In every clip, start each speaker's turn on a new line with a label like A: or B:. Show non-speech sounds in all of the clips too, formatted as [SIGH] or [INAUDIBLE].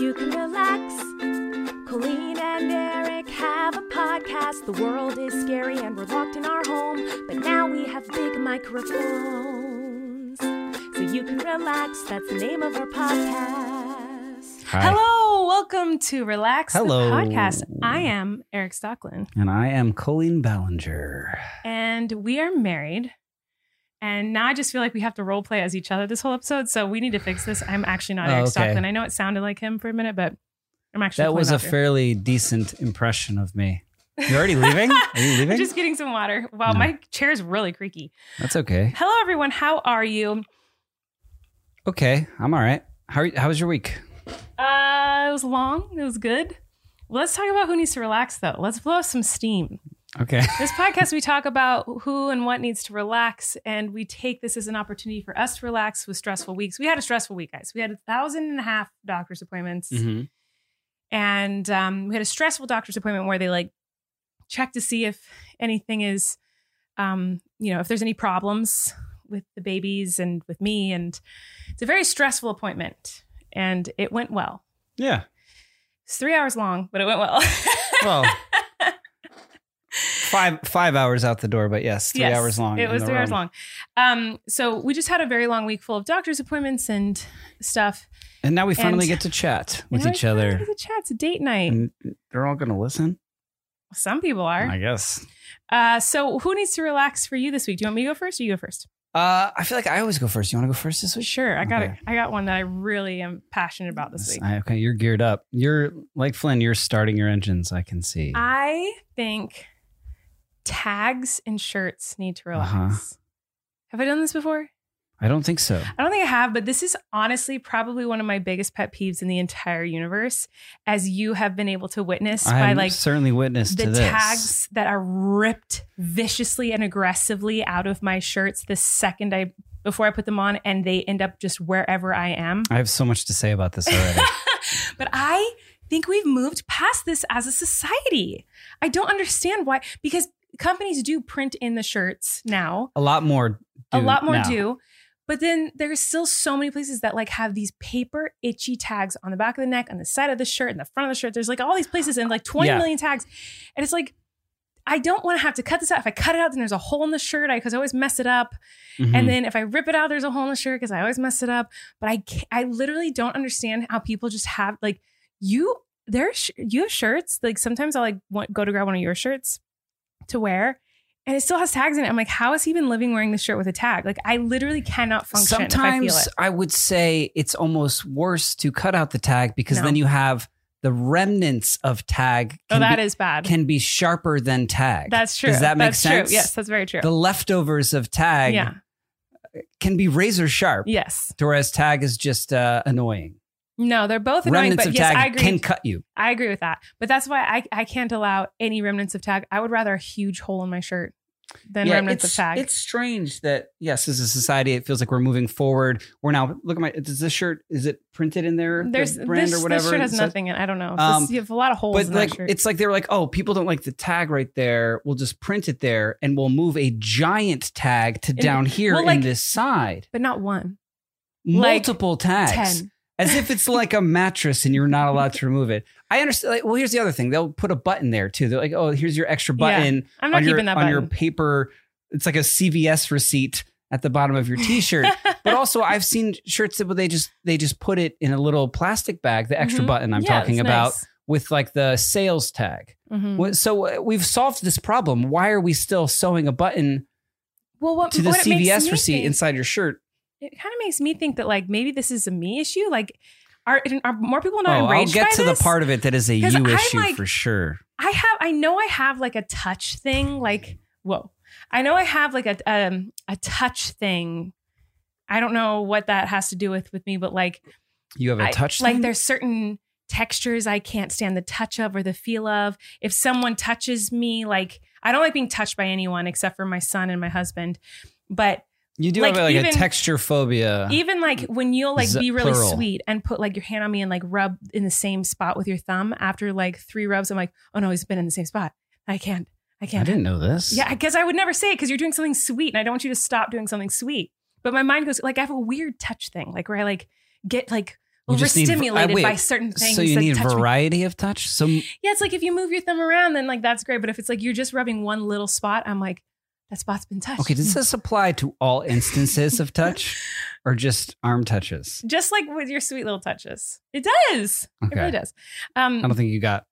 A: you can relax. Colleen and Eric have a podcast. The world is scary and we're locked in our home, but now we have big microphones. So you can relax. That's the name of our podcast.
B: Hi.
A: Hello, welcome to Relax
B: Hello.
A: the Podcast. I am Eric Stockland.
B: And I am Colleen Ballinger.
A: and we are married. And now I just feel like we have to role play as each other this whole episode. So we need to fix this. I'm actually not
B: Oh,
A: Eric
B: okay.
A: Stockland. I know it sounded like him for a minute, but I'm actually
B: That
A: pulling
B: was a
A: off here.
B: fairly decent impression of me. You're
A: [LAUGHS]
B: already leaving? Are you leaving?
A: I'm just getting some water. Wow,
B: No.
A: my chair's really creaky.
B: That's okay.
A: Hello, everyone. How are you?
B: Okay, I'm all right. How, how was your week?
A: Uh, it was long. It was good. Let's talk about who needs to relax, though. Let's blow off some steam.
B: Okay.
A: This podcast, we talk about who and what needs to relax, and we take this as an opportunity for us to relax with stressful weeks. We had a stressful week, guys. We had a thousand and a half doctor's appointments.
B: Mm-hmm.
A: and um, we had a stressful doctor's appointment where they like check to see if anything is um, you know if there's any problems with the babies and with me and it's a very stressful appointment and it went well
B: Yeah.
A: it's three hours long but it went well [LAUGHS]
B: Well, five five hours out the door, but yes, three
A: Yes,
B: hours long.
A: it
B: in
A: was
B: the
A: three hours
B: room.
A: long um, so we just had a very long week full of doctor's appointments and stuff
B: And now we finally
A: And-
B: get to chat with
A: And I
B: each
A: finally
B: other.
A: get to chat. It's a date night
B: And they're all going to listen?
A: some people are
B: I guess.
A: uh, so who needs to relax for you this week do you want me to go first or you go first
B: Uh, I feel like I always go first. You want to go first this week?
A: Sure, I got it.
B: Okay.
A: I got one that I really am passionate about this week.
B: I- okay, you're geared up. You're like Flynn. You're starting your engines. I can see.
A: I think tags and shirts need to relax.
B: Uh-huh.
A: Have I done this before?
B: I don't think so.
A: I don't think I have, but this is honestly probably one of my biggest pet peeves in the entire universe, as you have been able to witness by
B: I've
A: like
B: certainly witnessed
A: the
B: to this.
A: tags that are ripped viciously and aggressively out of my shirts the second I before I put them on and they end up just wherever I am.
B: I have so much to say about this
A: [LAUGHS]
B: already.
A: but I think we've moved past this as a society. I don't understand why, because companies do print in the shirts now,
B: a lot more.
A: a
B: do
A: lot more
B: now.
A: do. But then there's still so many places that like have these paper itchy tags on the back of the neck, on the side of the shirt, in the front of the shirt. There's like all these places and like 20
B: Yeah.
A: million tags. And it's like, I don't want to have to cut this out. If I cut it out, then there's a hole in the shirt. I because I always mess it up.
B: Mhm.
A: And then if I rip it out, there's a hole in the shirt because I always mess it up. But I ca- I literally don't understand how people just have like you there sh- you have shirts like sometimes I'll like want, go to grab one of your shirts to wear. And it still has tags in it. I'm like, how has he been living wearing this shirt with a tag? Like, I literally cannot function. if I feel
B: sometimes
A: it.
B: I, would say it's almost worse to cut out the tag because
A: No.
B: then you have the remnants of tag.
A: Oh, that
B: be,
A: is bad.
B: can be sharper than tag.
A: that's true.
B: Does that make
A: that's
B: sense?
A: True. Yes, that's very true.
B: The leftovers of tag
A: yeah.
B: can be razor sharp,
A: Yes.
B: whereas tag is just uh, annoying.
A: No, they're both annoying.
B: Remnants
A: But
B: of
A: yes,
B: tag
A: I agree.
B: can cut you.
A: I agree with that. But that's why I, I can't allow any remnants of tag. I would rather a huge hole in my shirt than remnants of
B: it's,
A: tag.
B: It's strange that yes, as a society, it feels like we're moving forward. We're now look at my. Does this shirt? Is it printed in there? the
A: There's
B: brand
A: this,
B: or whatever.
A: This shirt
B: It
A: has
B: says-
A: nothing in. it. I don't know. This-
B: Um,
A: you have a lot of holes
B: But
A: in
B: like,
A: that shirt.
B: it's like they were like, oh, people don't like the tag right there. We'll just print it there, and we'll move a giant tag to down here
A: well,
B: in
A: like-
B: this side.
A: but not one. like
B: Multiple tags,
A: Ten.
B: as if it's like a mattress, and you're not allowed to remove it. I understand. Like, well, here's the other thing: they'll put a button there too. They're like, oh, here's your extra
A: Yeah.
B: button.
A: I'm not
B: on
A: keeping
B: your
A: that
B: on
A: button.
B: your paper. It's like a CVS receipt at the bottom of your
A: [LAUGHS]
B: T-shirt. but also, I've seen shirts that where they just they just put it in a little plastic bag, the extra
A: Mhm.
B: button I'm
A: Yeah,
B: talking
A: it's
B: about,
A: nice.
B: with like the sales tag.
A: Mhm.
B: What- So uh, we've solved this problem. Why are we still sewing a button
A: well, what,
B: to the
A: what it makes
B: CVS
A: me
B: receipt
A: think-
B: inside your shirt?
A: it kind of makes me think that like maybe this is a me issue. Like, are, are more people not
B: Oh, I'll
A: enraged
B: get
A: by
B: to
A: this?
B: the part of it that is a
A: 'Cause
B: you
A: I'm
B: issue
A: like-
B: for sure.
A: I have. I know I have like a touch thing. Like, whoa. I know I have like a um a touch thing. I don't know what that has to do with with me, but like
B: You have a
A: I-
B: touch
A: like
B: thing?
A: there's certain textures I can't stand the touch of or the feel of. If someone touches me, like I don't like being touched by anyone except for my son and my husband. But
B: you do
A: like,
B: have like
A: even-
B: a texture phobia.
A: even like when you'll like
B: Ah. Z-
A: be really
B: plural.
A: sweet and put like your hand on me and like rub in the same spot with your thumb after like three rubs, I'm like, oh no, he's been in the same spot. I can't. I
B: I
A: can't.
B: didn't know this.
A: yeah, I guess I would never say it because you're doing something sweet and I don't want you to stop doing something sweet. But my mind goes like I have a weird touch thing, like where I like get like
B: We
A: Well, we're
B: just need-
A: stimulated
B: I- wait,
A: by certain things.
B: so you
A: that
B: need
A: touch me.
B: variety of touch. So
A: Yeah, it's like if you move your thumb around, then like that's great. But if it's like you're just rubbing one little spot, I'm like, that spot's been touched.
B: okay, does this apply to all instances of touch, or just arm touches?
A: [LAUGHS] just like with your sweet little touches. It does.
B: Okay,
A: It really does.
B: I
A: Um,
B: don't think you got.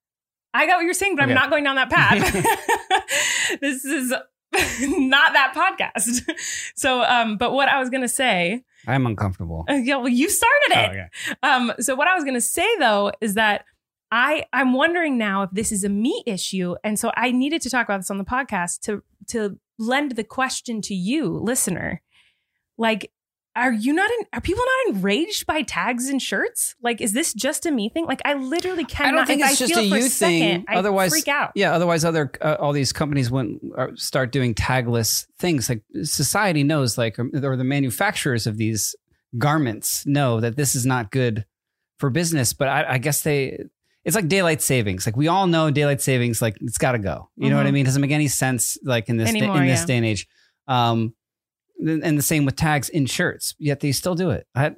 A: I got what you're saying, but
B: Okay.
A: I'm not going
B: [LAUGHS]
A: down that path. [LAUGHS] this is not that podcast. [LAUGHS] So, um, but what I was gonna say,
B: I'm uncomfortable.
A: [LAUGHS] uh, yeah, well, you started
B: Oh,
A: it.
B: okay.
A: Um, so what I was gonna say though is that I I'm wondering now if this is a me issue, and so I needed to talk about this on the podcast to to lend the question to you, listener. Like, are you not? En- are people not enraged by tags and shirts? Like, is this just a me thing? Like, I literally cannot.
B: think
A: if
B: it's
A: I
B: just
A: feel
B: a
A: for
B: you thing,
A: second, I
B: otherwise-
A: freak out.
B: Yeah. Otherwise, other uh, all these companies wouldn't uh, start doing tagless things. Like society knows, like or, or the manufacturers of these garments know that this is not good for business. But I, I guess they, it's like daylight savings. Like we all know daylight savings. Like it's got to go. You know what I
A: Mhm.
B: mean? doesn't make any sense. Like in this day-
A: Anymore,
B: in this
A: yeah.
B: day and age. Um, th- and the same with tags in shirts. Yet they still do it. I,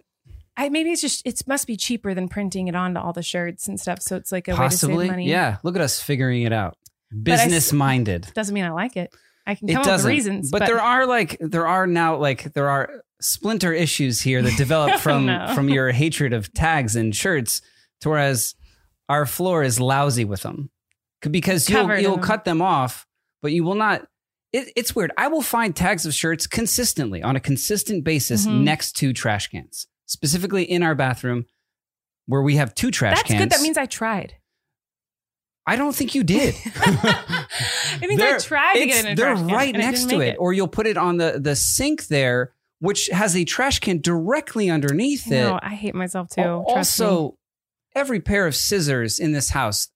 A: I maybe it's just it must be cheaper than printing it onto all the shirts and stuff. So it's like a way to
B: possibly,
A: save money.
B: yeah. Look at us figuring it out.
A: I s-
B: Business minded.
A: doesn't mean I like it. I can
B: it
A: come up with
B: doesn't.
A: reasons,
B: but, there are like there are now like there are splinter issues here that
A: [LAUGHS]
B: develop from
A: No.
B: from your hatred of tags and shirts, to whereas our floor is lousy with them C- because you'll
A: Covered in
B: you'll
A: them.
B: cut them off, but you will not. It, it's weird. I will find tags of shirts consistently on a consistent basis
A: Mhm.
B: next to trash cans, specifically in our bathroom where we have two trash
A: that's
B: cans.
A: good. That means I tried.
B: I don't think you
A: [LAUGHS]
B: did. [LAUGHS]
A: it means I
B: They're-
A: tried to
B: It's-
A: get in a
B: they're
A: trash can,
B: right
A: and I
B: next
A: didn't
B: to
A: make
B: it. or you'll put it on the the sink there which has a trash can directly underneath
A: I know,
B: it
A: I hate myself too.
B: Al-
A: trust
B: also
A: me.
B: every pair of scissors in this house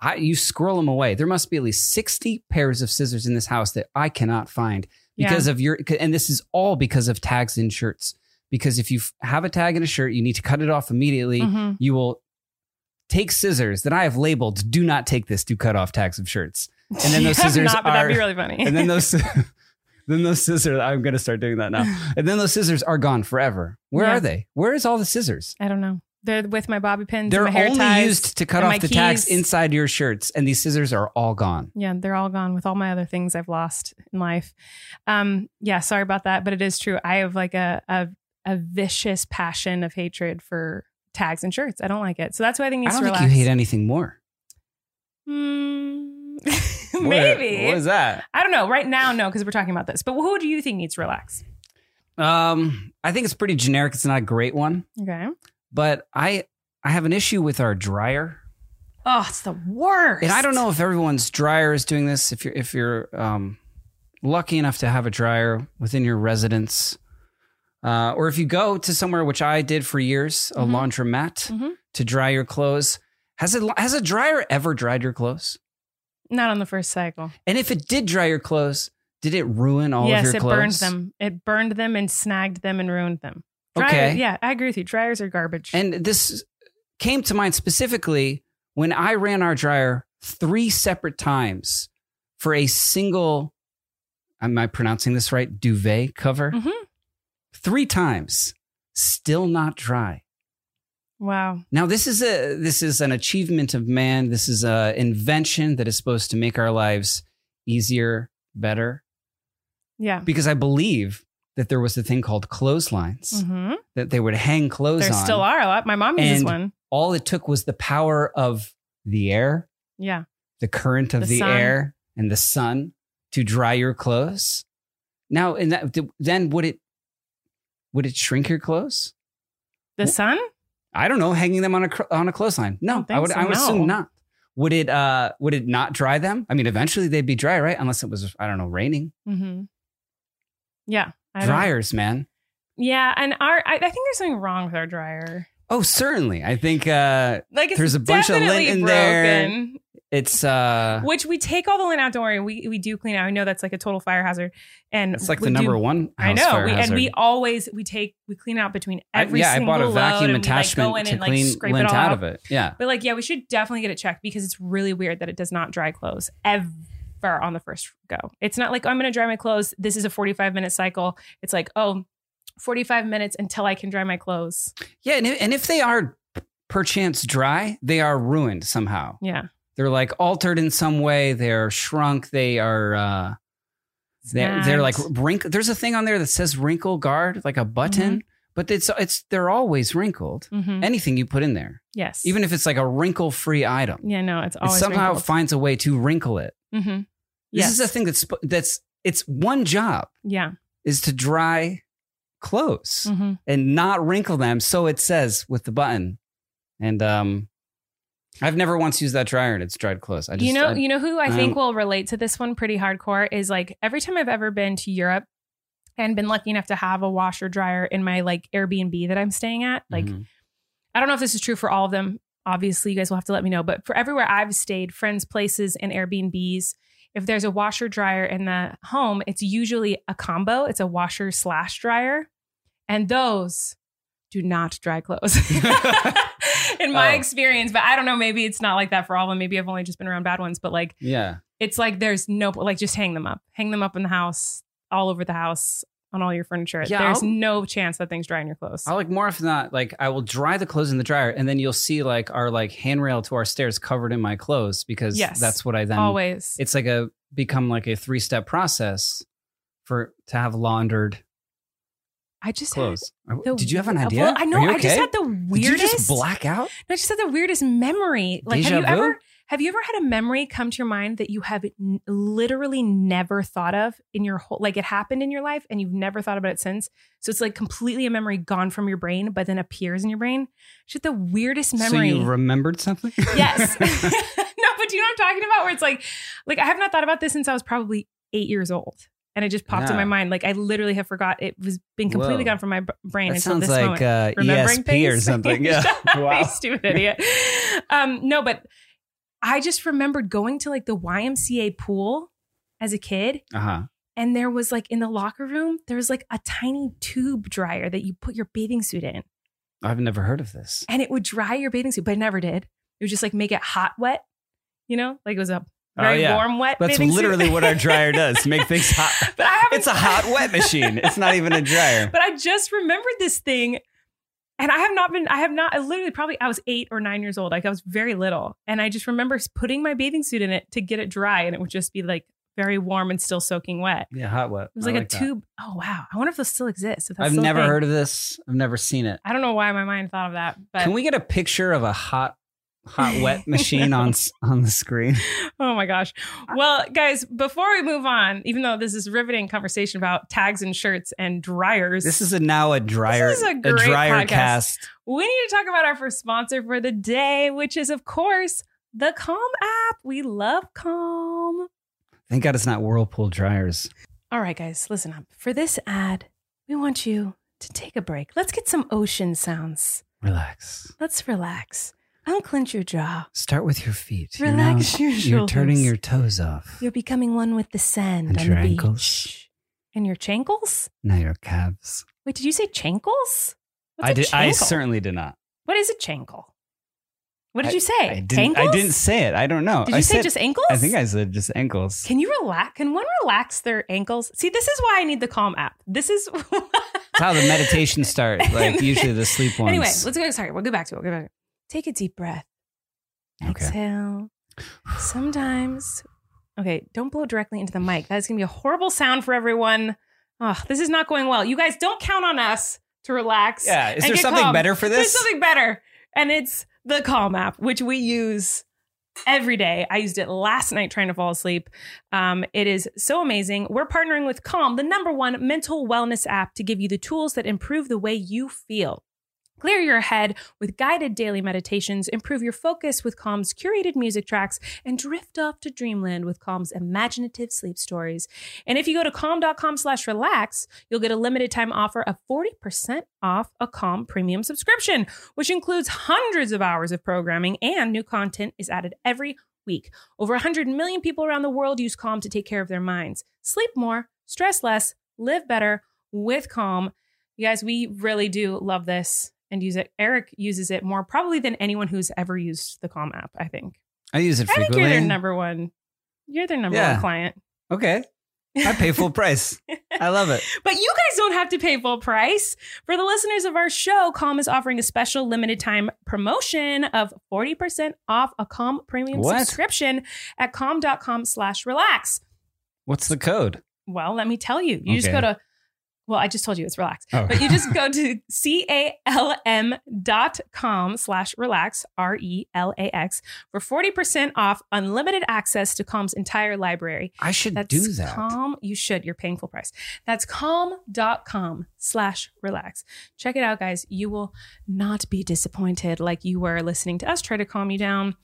B: I, you scroll them away there must be at least 60 pairs of scissors in this house that i cannot find because of your and this is all because of tags in shirts because if you f- have a tag in a shirt you need to cut it off immediately
A: yeah. Mhm.
B: you will take scissors that i have labeled do not take this to cut off tags of shirts
A: [LAUGHS]
B: and then those
A: You have
B: scissors
A: not, but that'd
B: are-
A: be really funny.
B: and then those [LAUGHS] then those scissors i'm going to start doing that
A: [LAUGHS]
B: now and then those scissors are gone forever where
A: Yeah.
B: are they where is all the scissors
A: [LAUGHS] I don't know. They're with my bobby pins.
B: they're
A: and my hair
B: only
A: ties.
B: used to cut
A: and
B: off
A: my
B: the tags
A: keys.
B: inside your shirts and these scissors are all gone
A: Yeah, they're all gone with all my other things I've lost in life. Um, yeah, sorry about that, but it is true. I have like a a, a vicious passion of hatred for tags and shirts. I don't like it, so that's why I think
B: i
A: it needs
B: don't
A: to
B: think
A: relax.
B: you hate anything
A: [LAUGHS]
B: more
A: Mm,
B: What-
A: maybe
B: what is that
A: I don't know. Right now, no, because we're talking about this. But who do you think needs to relax?
B: um i think it's pretty generic it's not a great one
A: Okay.
B: but i i have an issue with our dryer
A: Oh, it's the worst.
B: and i don't know if everyone's dryer is doing this if you're if you're um lucky enough to have a dryer within your residence uh, or if you go to somewhere which i did for years a
A: Mhm.
B: laundromat
A: Mhm.
B: to dry your clothes has a has a dryer ever dried your clothes
A: Not on the first cycle.
B: and if it did dry your clothes did it ruin all
A: yes,
B: of your
A: it
B: clothes
A: burned them. It burned them and snagged them and ruined them. Dryer,
B: Okay.
A: Yeah, I agree with you. Dryers are garbage.
B: and this came to mind specifically when i ran our dryer three separate times for a single am i pronouncing this right duvet cover
A: Mhm.
B: three times still not dry
A: wow.
B: Now this is a this is an achievement of man. This is a invention that is supposed to make our lives easier, better.
A: Yeah.
B: Because I believe that there was a thing called clotheslines
A: Mm-hmm.
B: that they would hang clothes
A: There
B: on.
A: still are a lot. My mom uses
B: And-
A: one.
B: All it took was the power of the air,
A: Yeah.
B: the current of
A: The
B: the,
A: sun.
B: air, and the sun to dry your clothes. Now, and that then would it would it shrink your clothes?
A: The sun?
B: I don't know, hanging them on a cr- on a clothesline.
A: I
B: No,
A: don't
B: I,
A: think
B: would
A: so,
B: I would
A: no.
B: assume not. Would it uh would it not dry them? I mean, eventually they'd be dry, right? Unless it was I don't know, raining.
A: Mm-hmm. Yeah. I don't-
B: Dryers, man.
A: Yeah. And our, I, I think there's something wrong with our dryer.
B: Oh, certainly. I think uh
A: Like it's
B: There's a bunch of lint
A: definitely
B: in there.
A: broken.
B: it's uh
A: which we take all the lint out. Don't worry, we we do clean out. I know that's like a total fire hazard, and
B: it's like
A: we
B: the
A: do-
B: number one. House
A: I know,
B: fire
A: we, and
B: hazard.
A: we always we take we clean out between
B: I-
A: every
B: yeah, I
A: single
B: bought a
A: load
B: vacuum
A: and we, like,
B: attachment
A: go in
B: to
A: and, like,
B: clean
A: scrape it
B: lint
A: all
B: out
A: out.
B: of it. Yeah,
A: But like, yeah, we should definitely get it checked because it's really weird that it does not dry clothes ever on the first go. It's not like oh, I'm going to dry my clothes. This is a 45 minute cycle. It's like oh. 45 minutes until I can dry my clothes.
B: yeah, and if, and if they are perchance dry, they are ruined somehow.
A: Yeah.
B: They're like altered in some way. They're shrunk. They are. Uh, they're, they're like
A: Snagged.
B: wrinkle. There's a thing on there that says wrinkle guard, like a button, but it's it's they're always wrinkled.
A: Mhm.
B: Anything you put in there,
A: Yes.
B: even if it's like a wrinkle-free item,
A: yeah, no, it's
B: it
A: always
B: somehow
A: wrinkled.
B: finds a way to wrinkle it.
A: Mhm.
B: This
A: Yes.
B: is a thing that's sp- that's it's one job
A: Yeah.
B: is to dry clothes
A: Mhm.
B: and not wrinkle them. So it says with the button. And um, I've never once used that dryer and it's dried clothes. I just
A: you know,
B: I-
A: you know who I think
B: um,
A: will relate to this one pretty hardcore is like every time I've ever been to Europe and been lucky enough to have a washer dryer in my like Airbnb that I'm staying at, like
B: Mhm.
A: I don't know if this is true for all of them. Obviously, you guys will have to let me know. But for everywhere I've stayed, friends' places and Airbnbs, if there's a washer dryer in the home, it's usually a combo. It's a washer slash dryer, and those do not
B: [LAUGHS]
A: dry clothes. [LAUGHS] in my
B: Oh.
A: experience, but I don't know. Maybe it's not like that for all of them. Maybe I've only just been around bad ones. But like,
B: yeah.
A: it's like there's no like just hang them up, hang them up in the house, all over the house, on all your furniture.
B: Yeah,
A: there's
B: I'll-
A: no chance that things dry in your clothes.
B: I like more if not like I will dry the clothes in the dryer and then you'll see like our like handrail to our stairs covered in my clothes because
A: Yes.
B: that's what I then
A: Always.
B: it's like a become like a three step process for to have laundered
A: I just had-
B: clothes. Are-
A: The-
B: Did you have an
A: well,
B: idea?
A: I know.
B: Are you
A: I just
B: okay?
A: had the
B: Did you
A: weirdest.
B: just black out?
A: I just had the weirdest memory. Like,
B: Deja
A: have you
B: vu?
A: ever have you ever had a memory come to your mind that you have n- literally never thought of in your whole like it happened in your life and you've never thought about it since? So it's like completely a memory gone from your brain, but then appears in your brain. Shit, the weirdest memory.
B: So you remembered something? [LAUGHS]
A: yes. [LAUGHS] no, but do you know what I'm talking about? Where it's like, like I have not thought about this since I was probably eight years old. And it just popped in
B: Yeah.
A: my mind. Like I literally have forgot it was been completely
B: Whoa.
A: gone from my b- brain
B: That
A: until
B: sounds
A: this moment
B: like uh,
A: remembering
B: ESP
A: things
B: or
A: [LAUGHS]
B: something. Yeah.
A: Shut up,
B: Wow.
A: you stupid idiot. Um, no, but I just remembered going to like the YMCA pool as a kid,
B: Uh huh.
A: and there was like in the locker room there was like a tiny tube dryer that you put your bathing suit in,
B: I've never heard of this.
A: and it would dry your bathing suit, but it never did. It would just like make it hot wet, you know, like it was a very warm wet.
B: Oh, That's
A: bathing suit.
B: literally what
A: [LAUGHS]
B: our dryer does make things hot.
A: but I haven't.
B: It's a hot, wet machine. It's not even a dryer.
A: but I just remembered this thing. And I have not been, I have not, I literally probably, I was eight or nine years old. Like I was very little. And I just remember putting my bathing suit in it to get it dry. And it would just be like very warm and still soaking wet.
B: Yeah, hot, wet.
A: It was
B: I
A: like, a
B: that.
A: tube. Oh, wow. I wonder if those still exist. if that's
B: I've
A: still a
B: never
A: thing.
B: heard of this. I've never seen it.
A: I don't know why my mind thought of that, but
B: Can we get a picture of a hot, hot,
A: [LAUGHS]
B: wet machine on s- on the screen?
A: oh my gosh. Well, guys, before we move on, even though this is riveting conversation about tags and shirts and dryers,
B: This is a, now a dryer.
A: is a great
B: dryer
A: podcast.
B: cast.
A: we need to talk about our first sponsor for the day, which is, of course, the Calm app. We love Calm.
B: Thank God it's not Whirlpool dryers.
A: All right, guys, listen up. For this ad, we want you to take a break. Let's get some ocean sounds.
B: Relax.
A: Let's relax. Unclench your jaw.
B: Start with your feet. You're now-
A: Relax your shoulders.
B: You're turning your toes off.
A: You're becoming one with the sand
B: And
A: on
B: your
A: the beach.
B: ankles.
A: And your chankles?
B: now your calves.
A: Wait, did you say chankles? What's
B: I
A: a
B: did. I
A: chankle?
B: certainly did not.
A: What is a chankle? What did
B: I-
A: you say?
B: I didn't, I
A: Tangles?
B: didn't say it. I don't know.
A: Did you
B: I
A: say
B: said-
A: just ankles?
B: I think I said just ankles.
A: Can you relax? Can one relax their ankles? See, this is why I need the Calm app. This is [LAUGHS]
B: That's how the meditations start. Like usually the sleep ones.
A: Anyway, let's go. Sorry, we'll go back to it. We'll go back. to it. Take a deep breath.
B: okay. [SIGHS]
A: Exhale. Sometimes, okay, don't blow directly into the mic. That's gonna be a horrible sound for everyone. Oh, this is not going well. You guys don't count on us to relax.
B: Yeah. Is
A: and
B: there
A: get
B: something
A: calm.
B: better for this?
A: There's something better. And it's the Calm app, which we use every day. I used it last night trying to fall asleep. Um, it is so amazing. We're partnering with Calm, the number one mental wellness app, to give you the tools that improve the way you feel. Clear your head with guided daily meditations, improve your focus with Calm's curated music tracks, and drift off to dreamland with Calm's imaginative sleep stories. And if you go to calm.com slash relax, you'll get a limited time offer of 40% off a Calm premium subscription, which includes hundreds of hours of programming and new content is added every week. Over 100 million people around the world use Calm to take care of their minds. Sleep more, stress less, live better with Calm. You guys, we really do love this and use it. Eric uses it more probably than anyone who's ever used the Calm app, I think.
B: I use it
A: I think you're
B: frequently.
A: their number one. You're their number
B: Yeah.
A: one client.
B: okay. I pay full price. I love it.
A: But you guys don't have to pay full price. For the listeners of our show, Calm is offering a special limited time promotion of 40% off a Calm premium
B: What?
A: subscription at calm.com slash relax.
B: What's the code?
A: Well, let me tell you. You just
B: Okay.
A: go to, well, I just told you it's relax.
B: Oh.
A: But you just go to C-A-L-M dot com slash relax, E R-E-L-A-X, for 40% off unlimited access to Calm's entire library.
B: [LAUGHS] I should
A: That's
B: do that.
A: Calm. You should. You're paying full price. That's calm.com slash relax. Check it out, guys. You will not be disappointed like you were listening to us try to calm you down.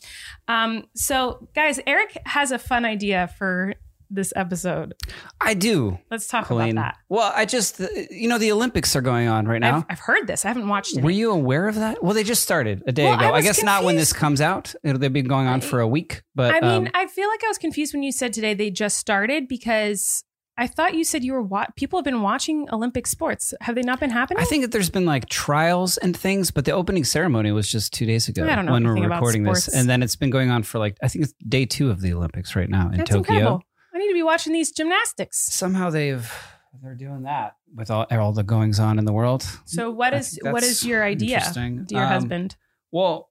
A: Um, so, guys, Eric has a fun idea for this episode.
B: I do.
A: Let's talk
B: Colleen.
A: about
B: Well, I just you know the Olympics are going on right
A: that. I've,
B: now.
A: I've heard this. I haven't watched it.
B: Were you aware of that? Well, they just started a day
A: Well,
B: ago.
A: I
B: I,
A: was
B: guess not when
A: confused.
B: this comes out. It'll they've been going on for a week, but
A: I mean,
B: um,
A: I feel like I was confused when you said today they just started because I thought you said you were wa- people have been watching Olympic sports. Have they not been happening?
B: I think that there's been like trials and things, but the opening ceremony was just two days ago
A: I don't know
B: when
A: anything
B: we're
A: about
B: recording this,
A: sports.
B: and then it's been going on for like I think it's day two of the Olympics right now in
A: That's
B: Tokyo.
A: incredible. I need to be watching these gymnastics.
B: Somehow they've they're doing that with all all the goings on in the world.
A: So what
B: I
A: is
B: think
A: what
B: that's
A: is your idea,
B: interesting.
A: dear
B: Um,
A: husband?
B: Well,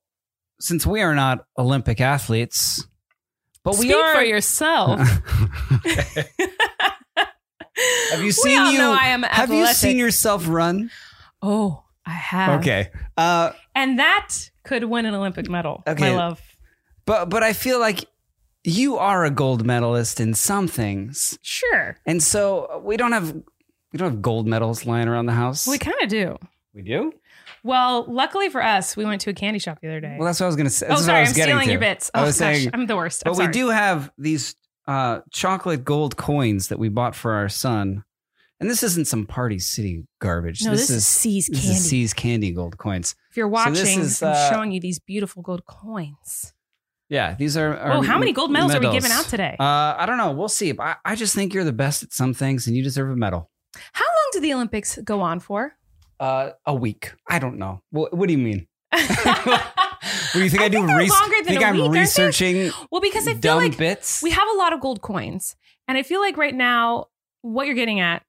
B: since we are not Olympic athletes, but
A: Speak
B: we are.
A: for
B: [LAUGHS]
A: yourself. [LAUGHS]
B: Have you
A: We
B: seen
A: all
B: you-
A: Know I am
B: Have you seen
A: athletic.
B: yourself run?
A: Oh, I have.
B: Okay. Uh,
A: and that could win an Olympic medal.
B: Okay.
A: My love.
B: but but I feel like you are a gold medalist in some things,
A: Sure,
B: and so we don't have we don't have gold medals lying around the house.
A: we kind of do.
B: we do.
A: Well, luckily for us, we went to a candy shop the other day.
B: Well, that's what I was gonna say.
A: oh,
B: This is what
A: sorry,
B: I
A: I'm
B: was getting
A: stealing
B: to.
A: your bits. Oh
B: I was
A: gosh,
B: saying-
A: I'm the worst. I'm
B: But we
A: sorry.
B: do have these uh, chocolate gold coins that we bought for our son, and this isn't some Party City garbage.
A: No, this, is
B: is
A: C's
B: this
A: candy.
B: is C's candy gold coins.
A: if you're
B: So
A: watching,
B: this is,
A: I'm
B: uh,
A: showing you these beautiful gold coins.
B: Yeah, these are. are
A: Oh, how many gold medals, are we
B: medals.
A: giving out today?
B: Uh, I don't know. We'll see. But I, I just think you're the best at some things, and you deserve a medal.
A: how long do the Olympics go
B: [LAUGHS]
A: on for?
B: Uh, a week. I don't know. What, what do you mean? What
A: do
B: do you think I, do?
A: they're
B: res-
A: longer than
B: think
A: a
B: I'm
A: week, aren't they?
B: researching
A: Well, because I feel
B: dumb
A: like
B: bits.
A: we have a lot of gold coins, and I feel like right now what you're getting at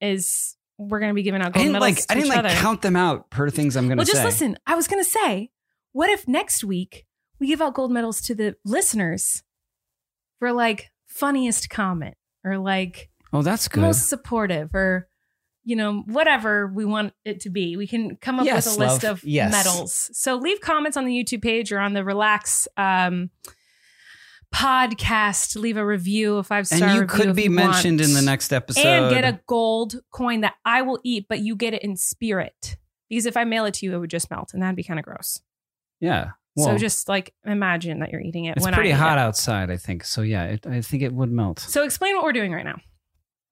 A: is we're going to be giving out
B: I
A: gold
B: didn't
A: medals
B: like.
A: to
B: I didn't
A: each
B: like
A: other.
B: count them out per things I'm gonna
A: well, just
B: say.
A: listen. I was going to say, what if next week we give out gold medals to the listeners for like funniest comment or like
B: Oh, that's good.
A: most supportive or you know whatever we want it to be we can come up
B: Yes,
A: with a list
B: love.
A: of
B: Yes.
A: medals so leave comments on the youtube page or on the relax um podcast leave a review a five star
B: and you could be mentioned in the next episode.
A: and get a gold coin that i will eat but you get it in spirit because if i mail it to you it would just melt and that'd be kind of gross
B: yeah.
A: so
B: Well,
A: just like imagine that you're eating it
B: it's
A: when
B: pretty
A: I eat
B: hot
A: it.
B: outside. I think so. Yeah, it, I think it would melt.
A: so explain what we're doing right now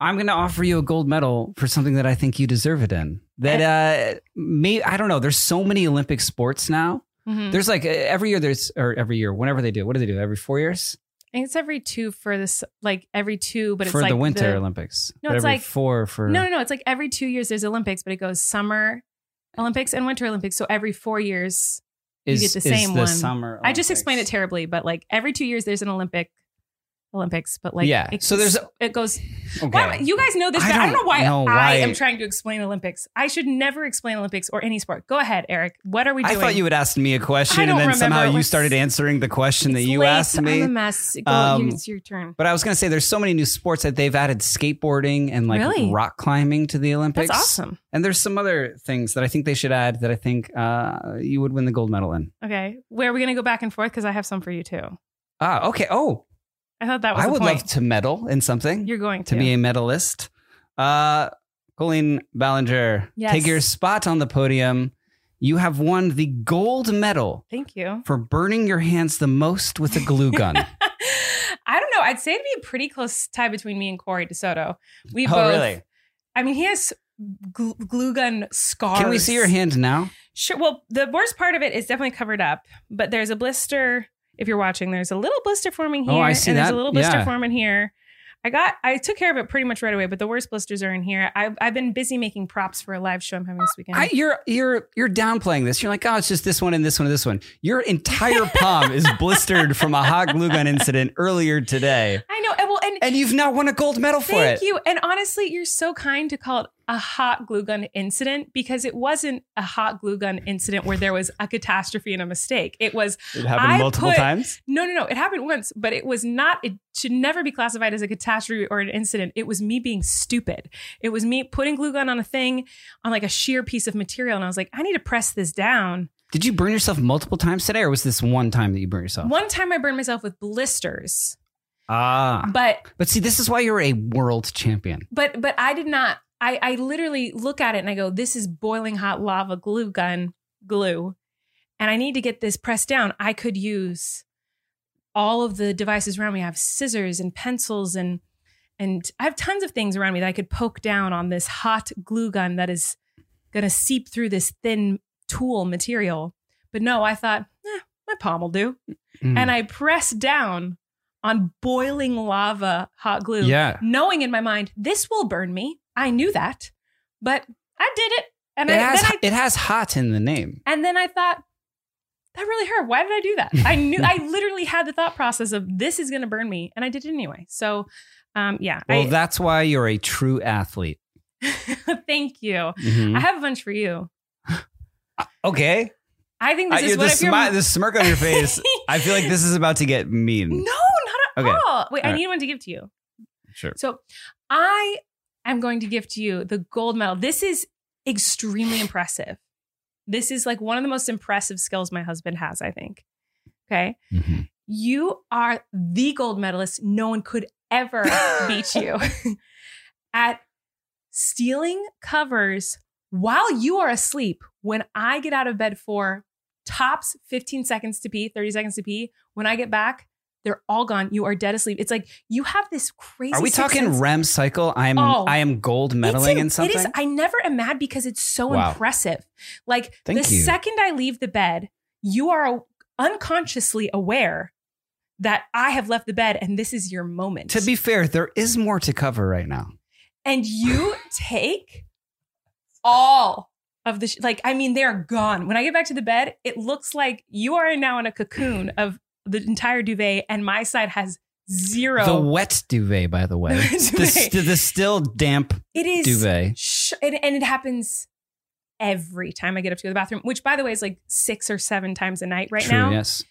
B: I'm going to offer you a gold medal for something that I think you deserve it in. That uh, may I don't know. There's so many Olympic sports now.
A: Mhm.
B: There's like uh, every year. There's or every year, whenever they do. What do they do? Every four years
A: i think it's every two for this like every two but it's
B: for
A: like
B: the Winter Olympics.
A: No,
B: But
A: it's
B: every
A: like-
B: four for.
A: No, no, no. It's like every two years there's Olympics, but it goes summer Olympics and winter Olympics. So every four years, you
B: is,
A: get the
B: is
A: same
B: the
A: one.
B: Summer.
A: I just explained it
B: Olympics.
A: terribly, but like every two years there's an Olympic Olympics, but like
B: Yeah.
A: it-
B: So there's-
A: it goes.
B: Okay.
A: Why, you guys know this.
B: I
A: but I don't,
B: don't
A: know why,
B: know
A: I
B: why-
A: am trying to explain Olympics. I should never explain Olympics or any sport. Go ahead, Eric. What are we
B: I
A: doing?
B: thought you had asked me a
A: I
B: question,
A: don't
B: and then
A: remember.
B: somehow you
A: Let's-
B: started answering the question that
A: It's
B: you
A: late.
B: asked me.
A: I'm a mess. Go.
B: Um,
A: it's your turn.
B: But I was going to say, there's so many new sports that they've added skateboarding and like
A: Really?
B: rock climbing to the Olympics.
A: That's awesome.
B: And there's some other things that I think they should add that I think uh, you would win the gold medal in.
A: Okay, where are we going to go back and forth? Because I have some for you too.
B: Ah, okay. Oh,
A: I thought that was.
B: I
A: the
B: would
A: point.
B: love to medal in something,
A: You're going
B: to
A: to,
B: be a medalist. Uh, Colleen Ballinger,
A: Yes.
B: take your spot on the podium. You have won the gold medal
A: Thank you.
B: for burning your hands the most with a
A: [LAUGHS]
B: glue gun.
A: I don't know. I'd say it'd be a pretty close tie between me and Corey DeSoto. We
B: Oh,
A: both.
B: really?
A: I mean, he has glue, glue gun scars.
B: Can we see your hand now?
A: Sure. Well, the worst part of it is definitely covered up, but there's a blister. If you're watching, there's a little blister forming
B: Oh,
A: here.
B: I see
A: and There's
B: that.
A: a little blister
B: Yeah.
A: forming here. I got. I took care of it pretty much right away, but the worst blisters are in here. I've, I've been busy making props for a live show I'm having this weekend.
B: I, you're you're you're downplaying this. You're like, oh, it's just this one and this one and this one.
A: [LAUGHS]
B: Your entire palm is blistered from a hot glue gun incident earlier today.
A: I know. And well, and
B: and you've now won a gold medal for
A: thank
B: it.
A: you. And honestly, you're so kind to call it a hot glue gun incident because it wasn't a hot glue gun incident where there was a catastrophe and a mistake. It was
C: It happened
A: I
C: multiple
A: put-
C: times.
A: no, no, no. It happened once, but it was not, it should never be classified as a catastrophe or an incident. It was me being stupid. It was me putting glue gun on a thing, on like a sheer piece of material. And I was like, I need to press this down.
B: Did you burn yourself multiple times today, or was this one time that you burned yourself?
A: One time I burned myself with blisters,
B: Ah,
A: but
B: but see, this is why you're a world champion.
A: but but I did not. I I literally look at it and I go, this is boiling hot lava glue gun glue, and I need to get this pressed down. I could use all of the devices around me. I have scissors and pencils and and I have tons of things around me that I could poke down on this hot glue gun that is going to seep through this thin tool material. But no, I thought, eh, my palm will do.
B: Mm.
A: And I pressed down on boiling lava hot glue
B: yeah,
A: knowing in my mind this will burn me. I knew that, but I did it, and
B: it
A: I,
B: has
A: then I
B: it has hot in the name.
A: and then I thought that really hurt. Why did I do that? I knew
B: [LAUGHS]
A: I literally had the thought process of this is going to burn me, and I did it anyway. So, um, yeah,
B: Well,
A: I,
B: that's why you're a true athlete.
A: [LAUGHS] thank you.
B: Mhm.
A: I have a bunch for you.
B: Okay,
A: I think
B: I,
A: this is
B: the,
A: what if you're
B: smi- the smirk on your
A: [LAUGHS]
B: face. I feel like this is about to get mean.
A: no, not at
B: Okay.
A: all. Wait,
B: All
A: I
B: right.
A: need one to give to you.
B: Sure.
A: So I am going to gift you the gold medal. This is extremely impressive. This is like one of the most impressive skills my husband has, I think. Okay.
B: Mhm.
A: You are the gold medalist. No one could
B: [LAUGHS]
A: ever beat you [LAUGHS] at stealing covers while you are asleep when I get out of bed for tops 15 seconds to pee, 30 seconds to pee. When I get back, they're all gone. You are dead asleep. It's like you have this crazy.
B: Are we
A: sixth
B: talking
A: sense.
B: REM cycle? I'm
A: Oh.
B: I am gold medaling
A: It's
B: in something.
A: It is. I never am mad because it's so
B: Wow.
A: impressive. Like
B: Thank
A: the
B: you.
A: second I leave the bed, you are a- unconsciously aware that I have left the bed and this is your moment.
B: to be fair, there is more to cover right now.
A: and
B: [LAUGHS]
A: you take all of the sh- like. I mean, they are gone. When I get back to the bed, it looks like you are now in a cocoon of the entire duvet, and my side has zero.
B: The wet duvet, by the way,
A: [LAUGHS] The
B: the,
A: wet duvet.
B: st- the still damp
A: it is
B: duvet.
A: Sh- and, and it happens every time I get up to go to the bathroom, which by the way is like six or seven times a night right
B: True,
A: now.
B: yes.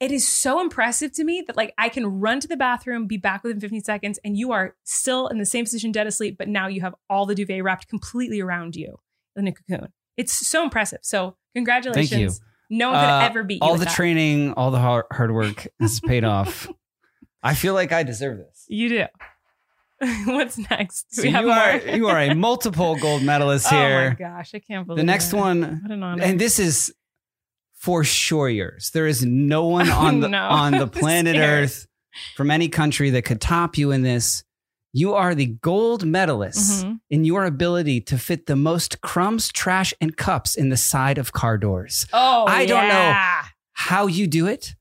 A: It is so impressive to me that like I can run to the bathroom, be back within 15 seconds, and you are still in the same position, dead asleep, but now you have all the duvet wrapped completely around you in a cocoon. It's so impressive. So congratulations. No one could
B: Uh,
A: ever beat you.
B: All
A: with
B: the
A: that.
B: training, all the hard, hard
A: [LAUGHS]
B: work has paid off. I feel like I deserve this.
A: you do. [LAUGHS] What's next? Do
B: So you are you are
A: [LAUGHS]
B: a multiple gold medalist
A: Oh my
B: here.
A: gosh, I can't believe
B: the next
A: it.
B: one
A: What an honor.
B: and this is for sure yours. There is no
A: [LAUGHS]
B: one on
A: Oh,
B: the
A: no.
B: on the
A: I'm
B: planet
A: scared.
B: Earth from any country that could top you in this. You are the gold medalist
A: Mhm.
B: in your ability to fit the most crumbs, trash, and cups in the side of car doors.
A: Oh,
B: I don't know.
A: yeah.
B: How you do it?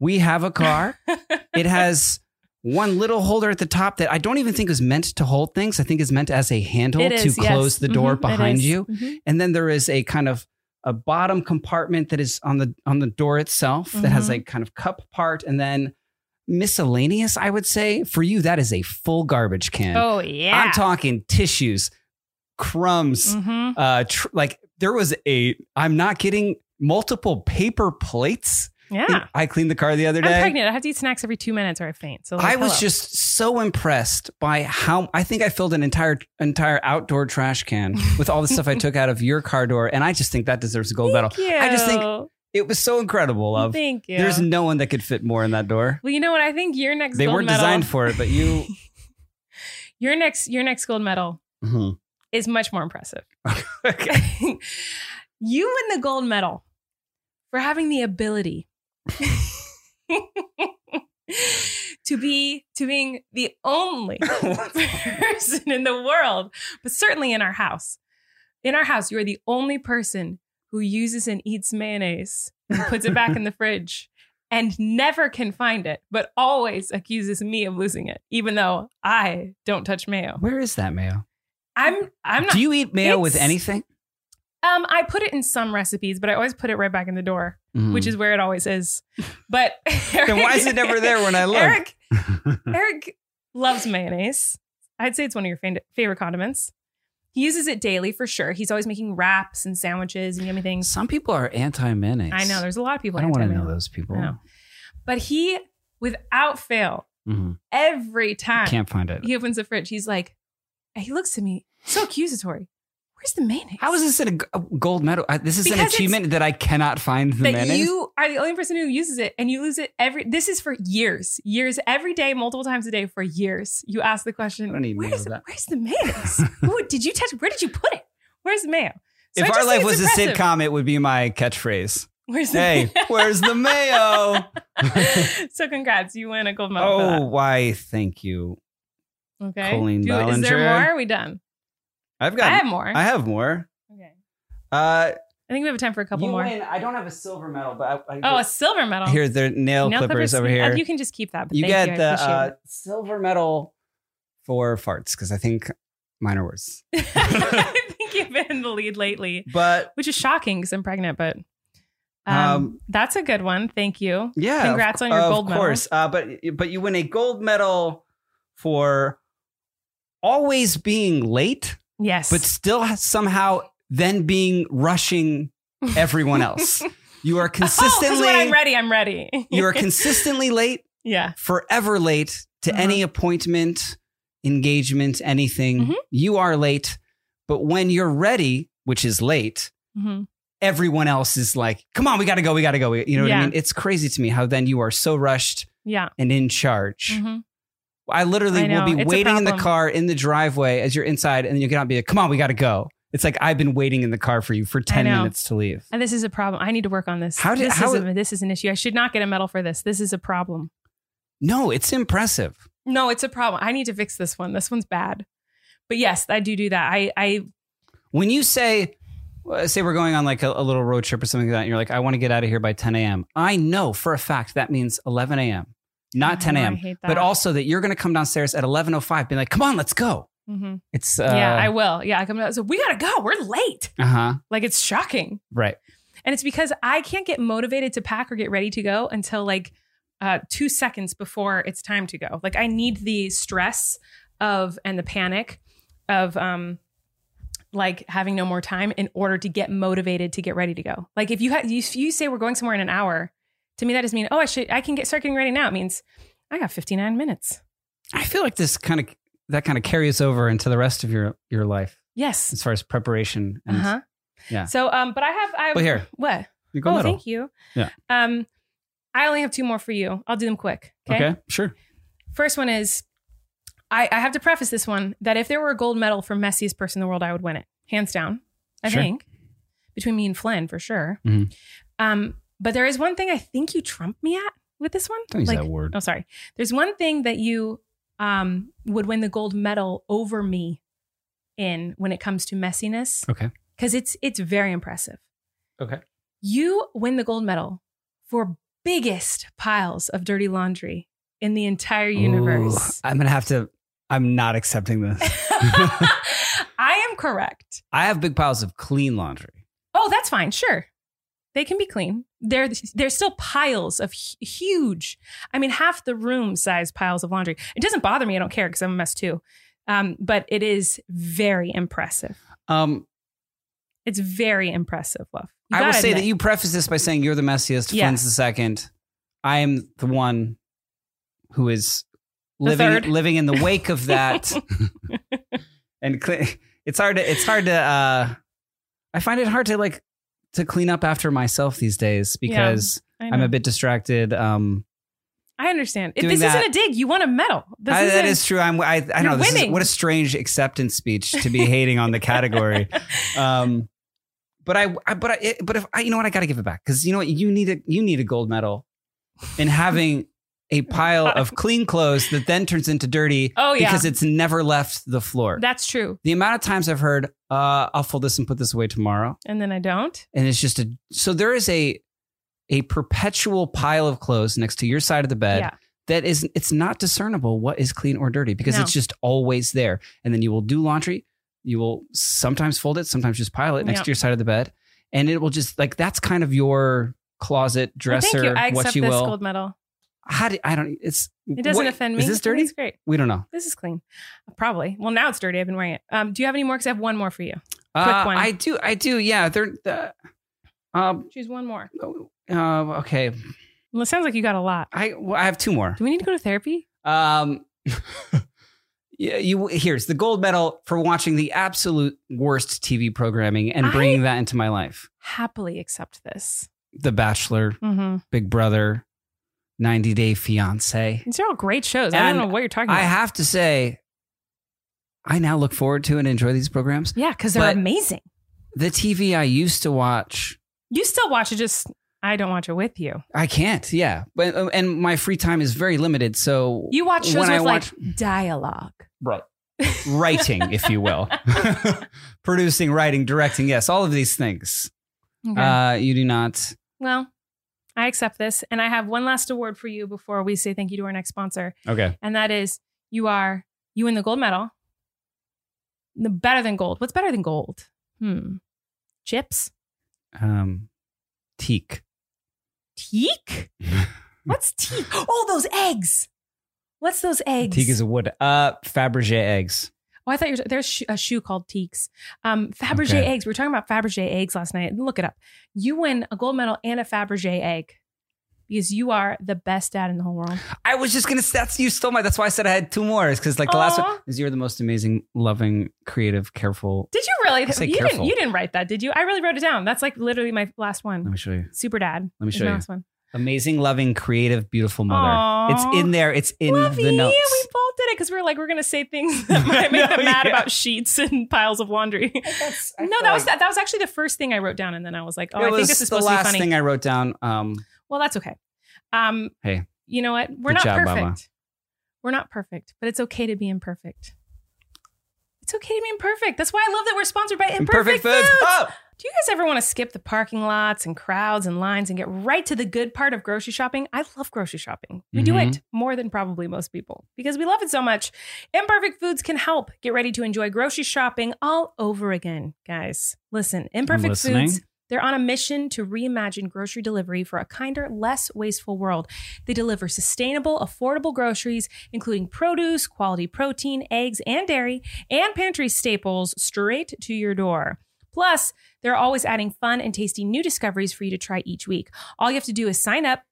B: We have a car.
A: [LAUGHS]
B: it has one little holder at the top that I don't even think is meant to hold things. I think is meant as a handle
A: It
B: to
A: is, yes.
B: close the door
A: Mhm, it
B: behind
A: is.
B: you.
A: Mhm.
B: and then there is a kind of a bottom compartment that is on the on the door itself that has
A: Mhm.
B: a kind of cup part and then miscellaneous i would say for you that is a full garbage can
A: Oh yeah.
B: i'm talking tissues crumbs
A: Mhm.
B: uh tr- like there was a i'm not getting multiple paper plates
A: Yeah.
B: i cleaned the car the other
A: I'm
B: day
A: pregnant. I have to eat snacks every two minutes or I faint. So like,
B: I was
A: Oh, hello.
B: just so impressed by how I think I filled an entire entire outdoor trash can with all the stuff
A: [LAUGHS]
B: I took out of your car door, and I just think that deserves a gold medal.
A: Thank you.
B: I just think It was so incredible, love.
A: Thank you.
B: There's no one that could fit more in that door.
A: well, you know what? I think your next
B: They
A: gold
B: weren't
A: medal,
B: designed for it, but
A: [LAUGHS]
B: you.
A: your next your next gold medal
B: Mhm.
A: is much more impressive.
B: Okay.
A: [LAUGHS] you win the gold medal for having the ability [LAUGHS] to be to being the only person in the world, but certainly in our house. In our house, you are the only person who uses and eats mayonnaise and puts it back in the fridge and never can find it, but always accuses me of losing it, even though I don't touch mayo.
B: Where is that mayo?
A: I'm I'm not
B: Do you eat mayo with
A: It's-
B: anything?
A: um I put it in some recipes, but I always put it right back in the door,
B: Hmm.
A: which is where
B: [LAUGHS]
A: it always is. But
B: [LAUGHS] then why is it never there when I look?
A: Eric, Eric loves mayonnaise. I'd say it's one of your fan- favorite condiments. He uses it daily for sure. He's always making wraps and sandwiches and yummy things.
B: Some people are anti mayonnaise.
A: I know there's a lot of people.
B: I don't want to
A: anti-mayonnaise.
B: know those people.
A: I know. But he, without fail,
B: Mhm.
A: every time
B: Can't find it.
A: he opens the fridge, he's like, and he looks at me so accusatory. Where's the mayonnaise?
B: How is this in a g- a gold medal? I- This is
A: Because
B: an
A: it's-
B: achievement that I cannot find the
A: that
B: mayonnaise.
A: you are the only person who uses it and you lose it every this is for years years every day multiple times a day for years you ask the question
B: I don't even know
A: where's,
B: that."
A: where's the mayonnaise
B: [LAUGHS]
A: Who- did you touch where did you put it where's the mayo So
B: if
A: I just
B: our
A: think
B: life
A: it's
B: was
A: impressive.
B: a sitcom, it would be my
A: [LAUGHS]
B: catchphrase.
A: where's the
B: Hey, where's the
A: [LAUGHS]
B: mayo?
A: so congrats you win a gold medal for
B: oh, why? Thank you.
A: that. okay
B: Colleen
A: Do- is
B: Ballinger.
A: there more are we done
B: I've
A: i
B: got.
A: have more
B: I have more.
A: okay
B: Uh,
A: i think we have time for a couple
B: you
A: more
B: win. I don't have a silver medal, but I,
A: oh
B: I,
A: a silver medal
B: here they're nail,
A: Nail
B: clippers, over
A: Uh,
B: here.
A: you can just keep that but
B: You
A: thank
B: get
A: I
B: the
A: appreciate
B: uh,
A: it.
B: silver medal for farts because I think mine are worse. uh,
A: [LAUGHS]
B: [LAUGHS]
A: i think you've been in the lead lately
B: But
A: which is shocking because I'm pregnant, but um,
B: Um,
A: that's a good one. Thank you.
B: yeah, of
A: Congrats on your
B: of
A: gold medal.
B: course. Uh, but but you win a gold medal for always being late,
A: Yes.
B: but still somehow then being rushing everyone else.
A: [LAUGHS]
B: you are
A: [LAUGHS] Oh, 'cause
B: consistently
A: when I'm ready, I'm ready. [LAUGHS]
B: you are consistently late,
A: yeah.
B: forever late to
A: Uh-huh.
B: any appointment, engagement, anything.
A: Mhm.
B: You are late, but when you're ready, which is late,
A: hmm
B: everyone else is like, "Come on, we got to go, we got to go." We- You know what
A: Yeah.
B: I mean? It's crazy to me how then you are so rushed
A: Yeah.
B: and in charge.
A: hmm
B: I literally
A: I know.
B: will be
A: It's a
B: waiting in the
A: problem.
B: car in the driveway as you're inside, and then you get out and be like, come on, we got to go. It's like I've been waiting in the car for you for 10
A: know.
B: minutes to leave.
A: And this is a problem. I need to work on this.
B: How did-
A: this,
B: how-
A: is a, this is an issue. I should not get a medal for this. This is a problem.
B: No, it's impressive.
A: No, it's a problem. I need to fix this one. This one's bad. But yes, I do do that. I, I
B: When you say, uh, say we're going on like a, a little road trip or something like that, and you're like, I want to get out of here by 10 a.m. I know for a fact that means 11 a.m., not
A: I
B: 10
A: know, Mm-hmm. I
B: a.m.,
A: hate that.
B: but also that you're going to come downstairs at 11.05 being like, come on, let's go.
A: Mhm.
B: It's, uh,
A: yeah, I will. Yeah, I come out. So we gotta go. We're late.
B: uh-huh,
A: Like it's shocking.
B: right.
A: And it's because I can't get motivated to pack or get ready to go until like uh, two seconds before it's time to go. Like I need the stress of and the panic of um like having no more time in order to get motivated to get ready to go. Like if you had you, you say we're going somewhere in an hour, to me that doesn't mean oh I should I can get start getting ready now. It means I got 59 minutes.
B: I feel like this kind of, that kind of carries over into the rest of your, your life.
A: Yes.
B: as far as preparation.
A: Uh
B: And
A: huh.
B: yeah.
A: So um, but I have I
B: But here,
A: what
B: you go
A: oh
B: middle.
A: thank you.
B: Yeah.
A: Um, I only have two more for you. I'll do them quick.
B: Okay. sure.
A: First one is I, I have to preface this one that if there were a gold medal for messiest person in the world, I would win it. Hands down, I
B: Sure.
A: think. Between me and Flynn, for sure.
B: Mhm.
A: Um, but there is one thing I think you trumped me at with this one.
B: Don't use
A: Like-
B: that word.
A: Oh, sorry. There's one thing that you um, would win the gold medal over me in when it comes to messiness.
B: Okay.
A: Because it's it's very impressive.
B: Okay.
A: You win the gold medal for biggest piles of dirty laundry in the entire
B: [LAUGHS]
A: universe. [LAUGHS]
B: I'm gonna have to. I'm not accepting this.
A: I am correct.
B: I have big piles of clean laundry.
A: Oh, that's fine. Sure. They can be clean. There, there's still piles of hu- huge, I mean, half the room size piles of laundry. It doesn't bother me. I don't care because I'm a mess too. Um, but it is very impressive.
B: Um,
A: It's very impressive, love. You
B: I will
A: gotta
B: say that
A: admit.
B: you preface this by saying you're the messiest.
A: Yeah.
B: Flynn's the second. I am the one who is living
A: third.
B: living in the wake of
A: [LAUGHS]
B: that. and cle- it's hard to it's hard to. uh I find it hard to like to clean up after myself these days because
A: I,
B: I'm
A: know.
B: a bit distracted. Um,
A: I understand. If
B: doing
A: this
B: that-
A: isn't a dig. You want a medal. This
B: I,
A: isn't,
B: that is true. I'm, I, I don't know.
A: You're
B: This is,
A: winning.
B: what a strange acceptance speech to be hating on the
A: [LAUGHS]
B: category. Um, but I, I but I, it- but if I, you know what, I got to give it back because you know what, you need a, you need a gold medal in having a pile
A: [LAUGHS]
B: of clean clothes that then turns into dirty.
A: Oh, yeah.
B: because it's never left the floor.
A: That's true.
B: the amount of times I've heard, uh, I'll fold this and put this away tomorrow,
A: And then I don't.
B: and it's just a so there is a a perpetual pile of clothes next to your side of the bed
A: Yeah.
B: that is it's not discernible what is clean or dirty because
A: No.
B: it's just always there and then you will do laundry you will sometimes fold it sometimes just pile it next
A: Yeah.
B: to your side of the bed and it will just like that's kind of your closet
A: Well,
B: dresser
A: Thank you. I accept
B: what you
A: this
B: will
A: gold medal.
B: How do I don't? It's
A: It doesn't
B: what-
A: offend me.
B: Is this
A: I think
B: dirty?
A: It's great.
B: We don't know.
A: This is clean. Probably. Well, now it's dirty. I've been wearing it. Um, do you have any more? Because I have one more for you.
B: Uh,
A: one.
B: I do. I do. Yeah. They're. Uh, um.
A: Choose one more.
B: Uh, okay.
A: Well, it sounds like you got a lot.
B: I. Well, I have two more.
A: Do we need to go to therapy?
B: Um, yeah, you here's the gold medal for watching the absolute worst TV programming and
A: I-
B: bringing that into my life.
A: Happily accept this.
B: The Bachelor,
A: Mm-hmm.
B: Big Brother, 90 Day Fiance.
A: These are all great shows. I don't
B: And
A: know what you're talking about.
B: I have to say, I now look forward to and enjoy these programs.
A: yeah, because they're
B: but-
A: amazing.
B: The TV I used to watch,
A: You still watch it, just I don't watch it with you.
B: I can't. Yeah, but um, and my free time is very limited. So
A: You watch shows
B: When I
A: with like dialogue.
B: right writing, if you
A: [LAUGHS]
B: will, [LAUGHS] producing, writing, directing, yes, all of these things.
A: Okay.
B: Uh, you do not.
A: well, I accept this. And I have one last award for you before we say thank you to our next sponsor.
B: Okay.
A: And that is you are, you win the gold medal. The better than gold. What's better than gold? Hmm. Chips?
B: Um, teak. [LAUGHS]
A: Teak? What's teak? Oh, those eggs. What's those eggs?
B: Teak is a wood. Uh, Fabergé eggs.
A: Oh, I thought you were, there's sh- a shoe called Teeks. Um, Fabergé
B: Okay.
A: eggs. We were talking about Fabergé eggs last night. Look it up. You win a gold medal and a Fabergé egg because you are the best dad in the whole world.
B: I was just gonna. That's you stole my. That's why I said I had two more. Is because like the last
A: Aw.
B: one is you're the most amazing, loving, creative, careful.
A: Did you really? You
B: say
A: didn't,
B: careful.
A: you didn't write that, did you? I really wrote it down. That's like literally my last
B: Let
A: one.
B: me show you.
A: Super dad.
B: Let me
A: is
B: show
A: my
B: you.
A: last one.
B: Amazing, loving, creative, beautiful mother.
A: Aw.
B: It's in there. It's in
A: Lovey,
B: the notes.
A: we both did it because we were like, we're going to
B: [LAUGHS]
A: say things that might make
B: No,
A: them mad
B: yeah.
A: about sheets and piles of laundry. no, that was that, that was actually the first thing I wrote down, and then I was like, oh,
B: it
A: I think
B: was
A: this is
B: the
A: supposed to be
B: last
A: funny.
B: thing I wrote down. Um,
A: Well, that's okay. Um,
B: Hey.
A: you know what? We're
B: Good
A: not
B: job,
A: perfect.
B: Baba.
A: We're not perfect, but it's okay to be imperfect. It's okay to be imperfect. That's why I love that we're sponsored by Imperfect, Foods.
B: Oh!
A: Do you guys ever want to skip the parking lots and crowds and lines and get right to the good part of grocery shopping? I love grocery shopping. We do
B: Mhm.
A: it more than probably most people because we love it so much. Imperfect Foods can help. Get ready to enjoy grocery shopping all over again, guys. Listen, Imperfect
B: listening.
A: Foods, they're on a mission to reimagine grocery delivery for a kinder, less wasteful world. They deliver sustainable, affordable groceries, including produce, quality protein, eggs, and dairy, and pantry staples straight to your door. Plus, they're always adding fun and tasty new discoveries for you to try each week. All you have to do is sign up,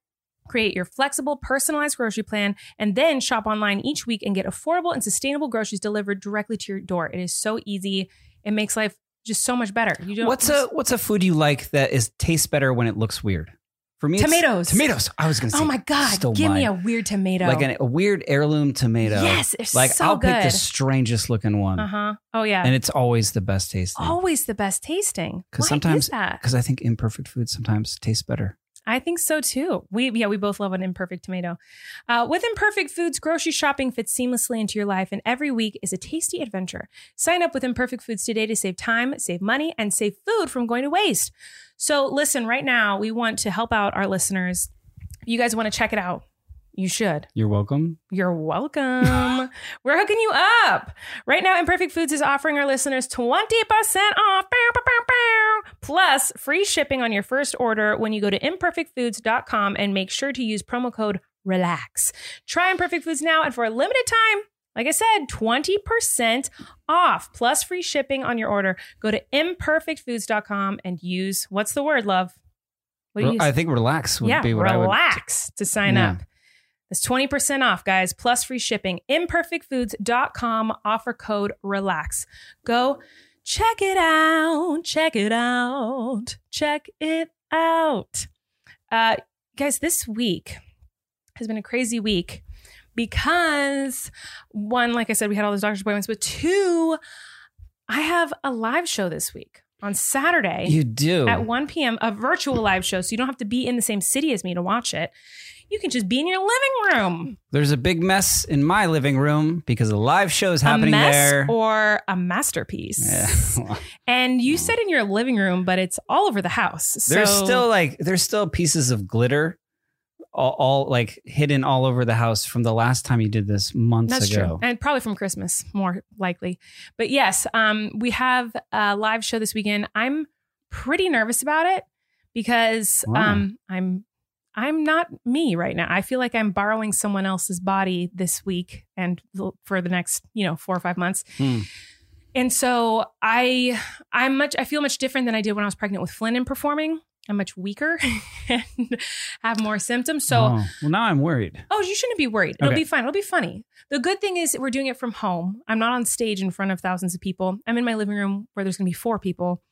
A: create your flexible, personalized grocery plan, and then shop online each week and get affordable and sustainable groceries delivered directly to your door. It is so easy. It makes life just so much better. You don't
B: What's a what's a food you like that is tastes better when it looks weird? For me, it's-
A: Tomatoes.
B: Tomatoes. I was gonna say.
A: Oh my god!
B: stole
A: Give
B: mine.
A: me a weird tomato.
B: like an, a weird heirloom tomato.
A: Yes, it's
B: Like
A: so
B: I'll pick
A: good.
B: the strangest looking one,
A: uh huh. Oh yeah.
B: and it's always the best tasting.
A: Always the best tasting.
B: 'Cause
A: Why
B: sometimes-
A: is that?
B: Because I think imperfect food sometimes tastes better.
A: I think so too. We yeah, we both love an imperfect tomato. Uh, with Imperfect Foods, grocery shopping fits seamlessly into your life, and every week is a tasty adventure. Sign up with Imperfect Foods today to save time, save money, and save food from going to waste. So listen, right now we want to help out our listeners. If you guys want to check it out, you should.
B: You're welcome.
A: You're welcome. We're hooking you up. Right now, Imperfect Foods is offering our listeners 20% off Bow, bow, bow, bow. plus free shipping on your first order when you go to imperfectfoods.com and make sure to use promo code RELAX. Try Imperfect Foods now and for a limited time, like I said, 20% off plus free shipping on your order. Go to imperfectfoods.com and use what's the word, love? What do you
B: Re-
A: use?
B: I think relax would be what
A: relax to sign
B: Yeah.
A: up. That's 20% off, guys, plus free shipping. Imperfectfoods.com, offer code RELAX. Go check it out. Check it out. Check it out. Uh, guys, this week has been a crazy week because one, like I said, we had all those doctor's appointments, but two, I have a live show this week on Saturday
B: I would. You do.
A: at 1 p.m. a virtual live show, so you don't have to be in the same city as me to watch it. You can just be in your living room.
B: There's a big mess in my living room because a live show is happening
A: a mess
B: there.
A: or a masterpiece.
B: Yeah.
A: And you said in your living room, but it's all over the house.
B: [LAUGHS] There's
A: so
B: still like there's still pieces of glitter all, all like hidden all over the house from the last time you did this months
A: that's
B: ago.
A: true, and probably from Christmas, more likely. But yes, um, we have a live show this weekend. I'm pretty nervous about it because
B: Wow.
A: um, I'm I'm not me right now. I feel like I'm borrowing someone else's body this week and l- for the next, you know, 4 or 5 months.
B: Hmm.
A: And so I I'm much I feel much different than I did when I was pregnant with Flynn and performing. I'm much weaker [LAUGHS] and have more symptoms. So
B: Oh, well, now I'm worried.
A: Oh, you shouldn't be worried. It'll
B: Okay.
A: be fine. It'll be funny. The good thing is we're doing it from home. I'm not on stage in front of thousands of people. I'm in my living room where there's going to be four people.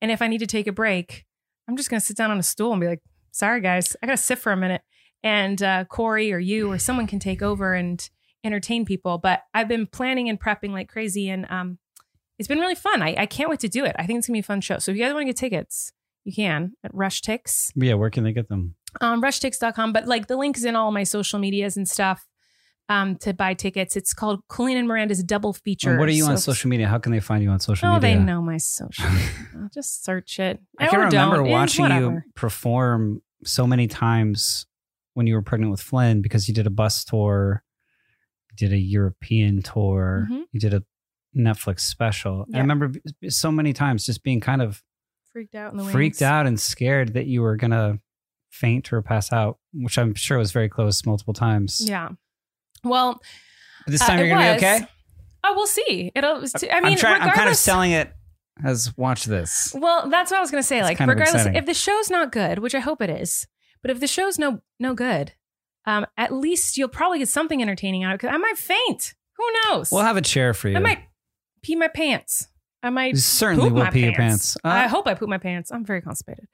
A: And if I need to take a break, I'm just going to sit down on a stool and be like, sorry, guys, I got to sit for a minute. And uh, Corey or you or someone can take over and entertain people. But I've been planning and prepping like crazy. And um, it's been really fun. I, I can't wait to do it. I think it's going to be a fun show. So if you guys want to get tickets, you can at Rush Ticks
B: Yeah, where can they get them?
A: um, rushtix.com, but like the link is in all my social medias and stuff um, to buy tickets. It's called Colleen and Miranda's Double Feature.
B: And what are you on
A: So-
B: social media? How can they find you on social
A: Oh,
B: media?
A: they know my social.
B: [LAUGHS]
A: I'll just search it.
B: I can
A: Or don't.
B: remember
A: It's
B: watching you
A: whatever.
B: perform so many times when you were pregnant with Flynn because you did a bus tour, you did a European tour,
A: Mhm.
B: you did a Netflix special. I
A: Yeah.
B: remember b- so many times just being kind of
A: Freaked out in the wings.
B: freaked out and scared that you were going to faint or pass out, which I'm sure was very close multiple times.
A: Yeah. Well,
B: But this
A: uh,
B: time
A: it
B: you're going to be
A: was.
B: okay?
A: Oh, we'll see. It'll. I mean,
B: I'm, trying, I'm kind of
A: regardless-
B: selling it as watch this.
A: Well, that's what I was going to say.
B: It's
A: Like,
B: kind of
A: regardless,
B: upsetting.
A: if the show's not good, which I hope it is, but if the show's no no good, um, at least you'll probably get something entertaining out of it. Because I might faint. Who knows?
B: We'll have a chair for you.
A: I might pee my pants. I might
B: You certainly
A: poop
B: will
A: my
B: pee your pants.
A: pants.
B: Uh,
A: I hope I poop my pants. I'm very constipated.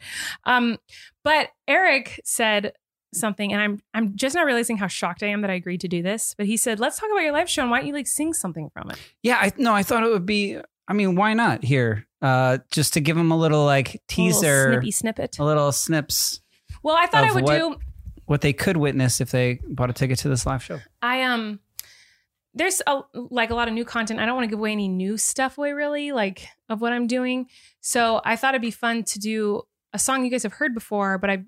A: Um, but Eric said something, and I'm I'm just now realizing how shocked I am that I agreed to do this. But he said, "Let's talk about your live show and why don't you like sing something from it?"
B: Yeah, I no, I thought it would be. I mean, why not here? Uh, just to give them a little like
A: A little
B: teaser, a little,
A: snippy snippet.
B: snips
A: Well, I thought I
B: of
A: would
B: what-
A: do.
B: what they could witness if they bought a ticket to this live show.
A: I um, there's a, like a lot of new content. I don't want to give away any new stuff away, really, like of what I'm doing. So I thought it'd be fun to do a song you guys have heard before, but I've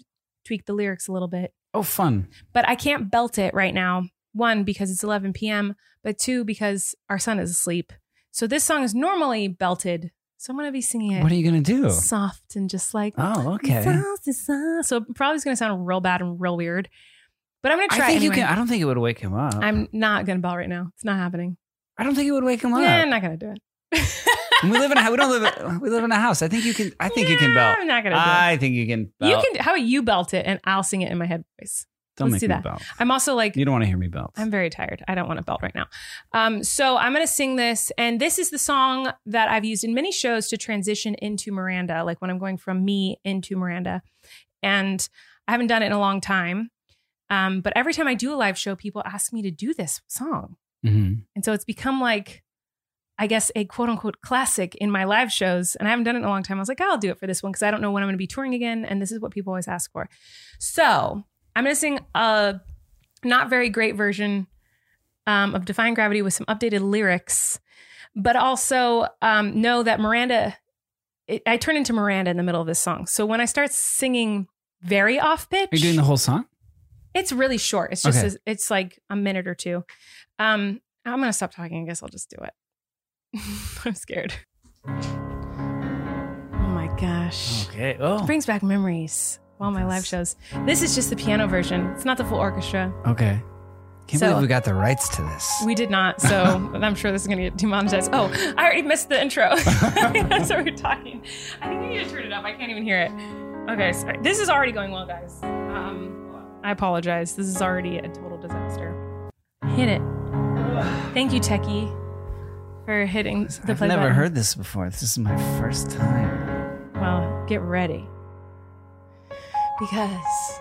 A: tweaked the lyrics a little bit.
B: Oh, fun!
A: but I can't belt it right now. One, because it's 11 p.m., but two, because our son is asleep. So this song is normally belted. So I'm going to be singing it
B: What are you gonna do?
A: soft and just like,
B: Oh, okay.
A: soft and soft. so it probably it's going to sound real bad and real weird, but I'm going to
B: I
A: try
B: think
A: anyway.
B: you uh, can. I don't think it would wake him up.
A: I'm not going to belt right now. It's not happening.
B: I don't think it would wake him up.
A: Nah, I'm not going to do it.
B: And we live in a. We don't live. We live in a house. I think you can. I think you can
A: Nah, [LAUGHS]
B: belt.
A: I'm not going to do it.
B: I think you can. Belt.
A: You can, how about you belt it and I'll sing it in my head voice?
B: Don't
A: let's
B: make
A: do
B: me
A: that.
B: belt.
A: I'm also like,
B: You don't want to hear me belt.
A: I'm very tired. I don't want to belt right now. Um, so I'm going to sing this. And this is the song that I've used in many shows to transition into Miranda, like when I'm going from me into Miranda. And I haven't done it in a long time. Um, but every time I do a live show, people ask me to do this song.
B: Mhm.
A: And so it's become like, I guess, a quote unquote classic in my live shows. And I haven't done it in a long time. I was like, "Oh, I'll do it for this one because I don't know when I'm going to be touring again. And this is what people always ask for. So I'm going to sing a not very great version um, of Defying Gravity with some updated lyrics, but also um, know that Miranda, it, I turn into Miranda in the middle of this song. So when I start singing very off pitch,
B: Are you doing the whole song?
A: it's really short. It's just
B: Okay.
A: as it's like a minute or two. Um, I'm gonna stop talking. I guess I'll just do it. [LAUGHS] I'm scared. Oh my gosh,
B: Okay. Oh.
A: brings back memories. of All my live shows. This is just the piano version. It's not the full orchestra.
B: Okay. Can't
A: So-
B: believe we got the rights to this.
A: We did not,
B: [LAUGHS]
A: so I'm sure this is gonna get demonetized. Oh, I already missed the
B: [LAUGHS]
A: intro. That's what we're talking. I think we need to turn it up. I can't even hear it. Okay, sorry. This is already going well, guys. Um, I apologize. This is already a total disaster. Hit it. Thank you, Techie, for hitting the
B: I've
A: play
B: never
A: button.
B: heard this before. This is my first time.
A: Well, get ready. Because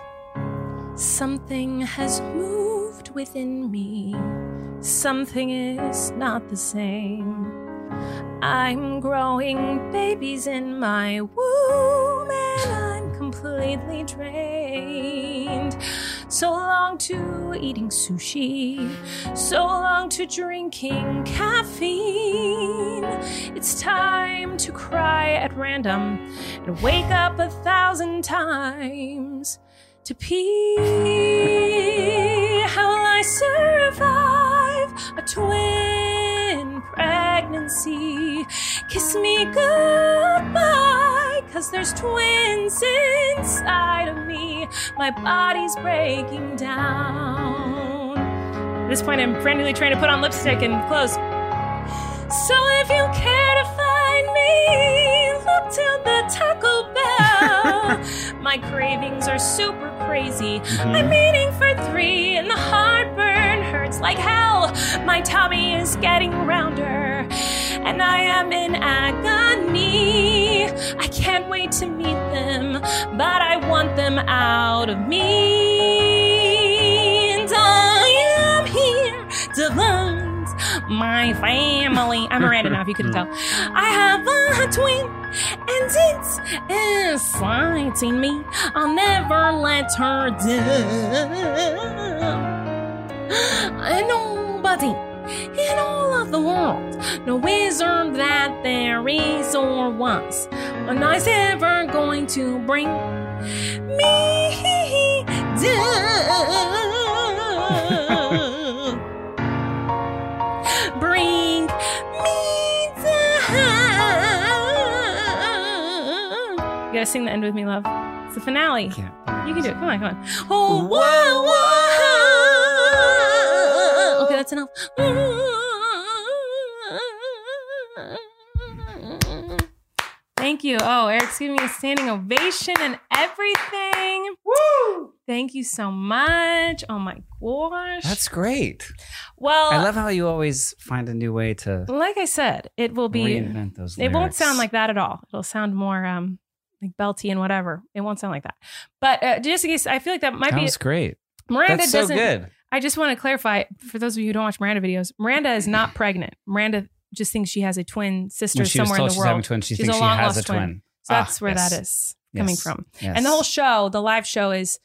A: something has moved within me. Something is not the same. I'm growing babies in my womb and I'm completely drained. So long to eating sushi, so long to drinking caffeine. It's time to cry at random and wake up a thousand times to pee. How will I survive a twin pregnancy? Kiss me goodbye, cause there's twins inside of me. My body's breaking down. At this point, I'm frantically trying to put on lipstick and clothes. So if you care to find me, look to the Taco Bell. My cravings are super crazy. I'm eating for three, and the heartburn hurts like hell. My tummy is getting rounder, and I am in agony. I can't wait to meet them, but I want them out of me. And I am here to find my family. I'm Miranda now, if you couldn't tell. I have a twin, and it's exciting me. I'll never let her down. And nobody in all of the world, no wizard that there is or was, and I's ever going to bring me down. Bring me down. You gotta sing the end with me, love. It's the finale.
B: Can't.
A: You can do it. Come on, come on. Oh, whoa, whoa. Okay, that's enough. Thank you. Oh, Eric's giving me a standing ovation and everything. Woo! Thank you so much. Oh my gosh.
B: That's great.
A: well,
B: I love how you always find a new way to
A: like I said, it will be.
B: reinvent those.
A: It won't
B: lyrics.
A: sound like that at all. It'll sound more um like belty and whatever. It won't sound like that. But uh, just in case, I feel like that might
B: That
A: be
B: was great.
A: Miranda
B: That's so
A: doesn't.
B: good.
A: I just want to clarify for those of you who don't watch Miranda videos. Miranda is not pregnant. Miranda just thinks she has a twin sister
B: When she was
A: somewhere in
B: told
A: the
B: she's having
A: world.
B: a twin, she
A: She's
B: thinks
A: a
B: she has
A: long-lost
B: a
A: twin.
B: twin.
A: So that's
B: Ah,
A: where
B: yes.
A: that is coming
B: Yes.
A: from.
B: Yes.
A: And the whole show, the live show, is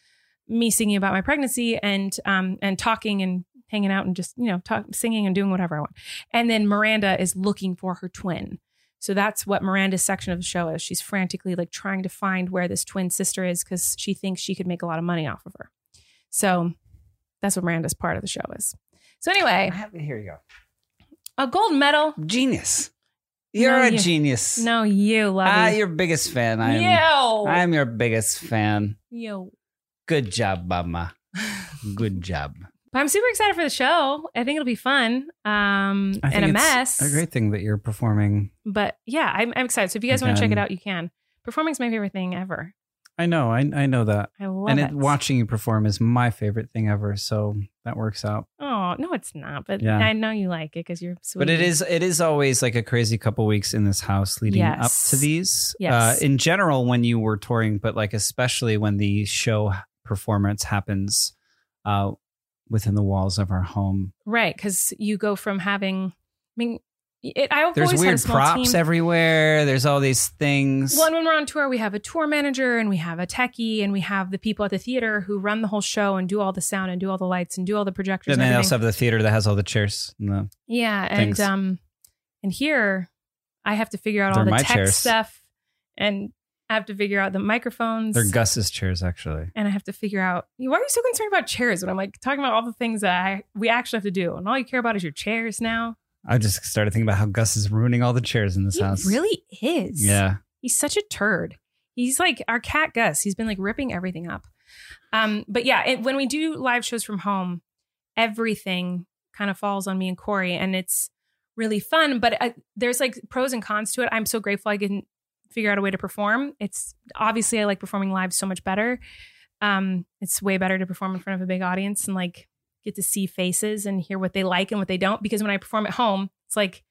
A: me singing about my pregnancy and um and talking and hanging out and just you know talk, singing and doing whatever I want. And then Miranda is looking for her twin. So that's what Miranda's section of the show is. She's frantically like trying to find where this twin sister is because she thinks she could make a lot of money off of her. So that's what Miranda's part of the show is. So
B: I
A: anyway,
B: have- here you
A: a gold medal.
B: go. Genius. You're
A: No,
B: a
A: you-
B: genius.
A: No, you
B: Ah,
A: love
B: your biggest fan. I'm,
A: you.
B: I'm your biggest fan.
A: You.
B: Good job,
A: [LAUGHS]
B: mama. Good job.
A: But I'm super excited for the show. I think it'll be fun um, and a mess.
B: A great thing that you're performing.
A: But yeah, I'm, I'm excited. So if you guys want to check it
B: Again.
A: out, you can. Performing's my favorite thing ever.
B: I know. I, I know that.
A: I love
B: and
A: it.
B: watching you perform is my favorite thing ever. So that works out.
A: oh no, it's not. But
B: Yeah.
A: I know you like it because you're sweet.
B: But it is it is always like a crazy couple weeks in this house leading
A: Yes.
B: up to these.
A: Yes.
B: Uh, in general, when you were touring, but like especially when the show performance happens uh, within the walls of our home.
A: right because you go from having. I mean, it. I
B: There's
A: always had a
B: weird
A: small
B: props
A: team.
B: everywhere. There's all these things.
A: Well, and when we're on tour, we have a tour manager and we have a techie and we have the people at the theater who run the whole show and do all the sound and do all the lights and do all the projectors.
B: Then
A: and
B: they
A: everything.
B: also have the theater that has all the chairs. And the,
A: Yeah,
B: things.
A: and um, and here I have to figure out all
B: They're
A: the
B: my
A: tech
B: chairs.
A: stuff, and I have to figure out the microphones,
B: they're Gus's chairs, actually.
A: and I have to figure out why are you so concerned about chairs when I'm like talking about all the things that I we actually have to do, and all you care about is your chairs now.
B: I just started thinking about how Gus is ruining all the chairs in this
A: He
B: house.
A: really is.
B: Yeah.
A: he's such a turd. He's like our cat Gus. He's been like ripping everything up. Um, but yeah, it, when we do live shows from home, everything kind of falls on me and Corey, and it's really fun. But uh there's like pros and cons to it. I'm so grateful I can figure out a way to perform. It's obviously I like performing live so much better. Um, it's way better to perform in front of a big audience and like get to see faces and hear what they like and what they don't. Because when I perform at home, it's like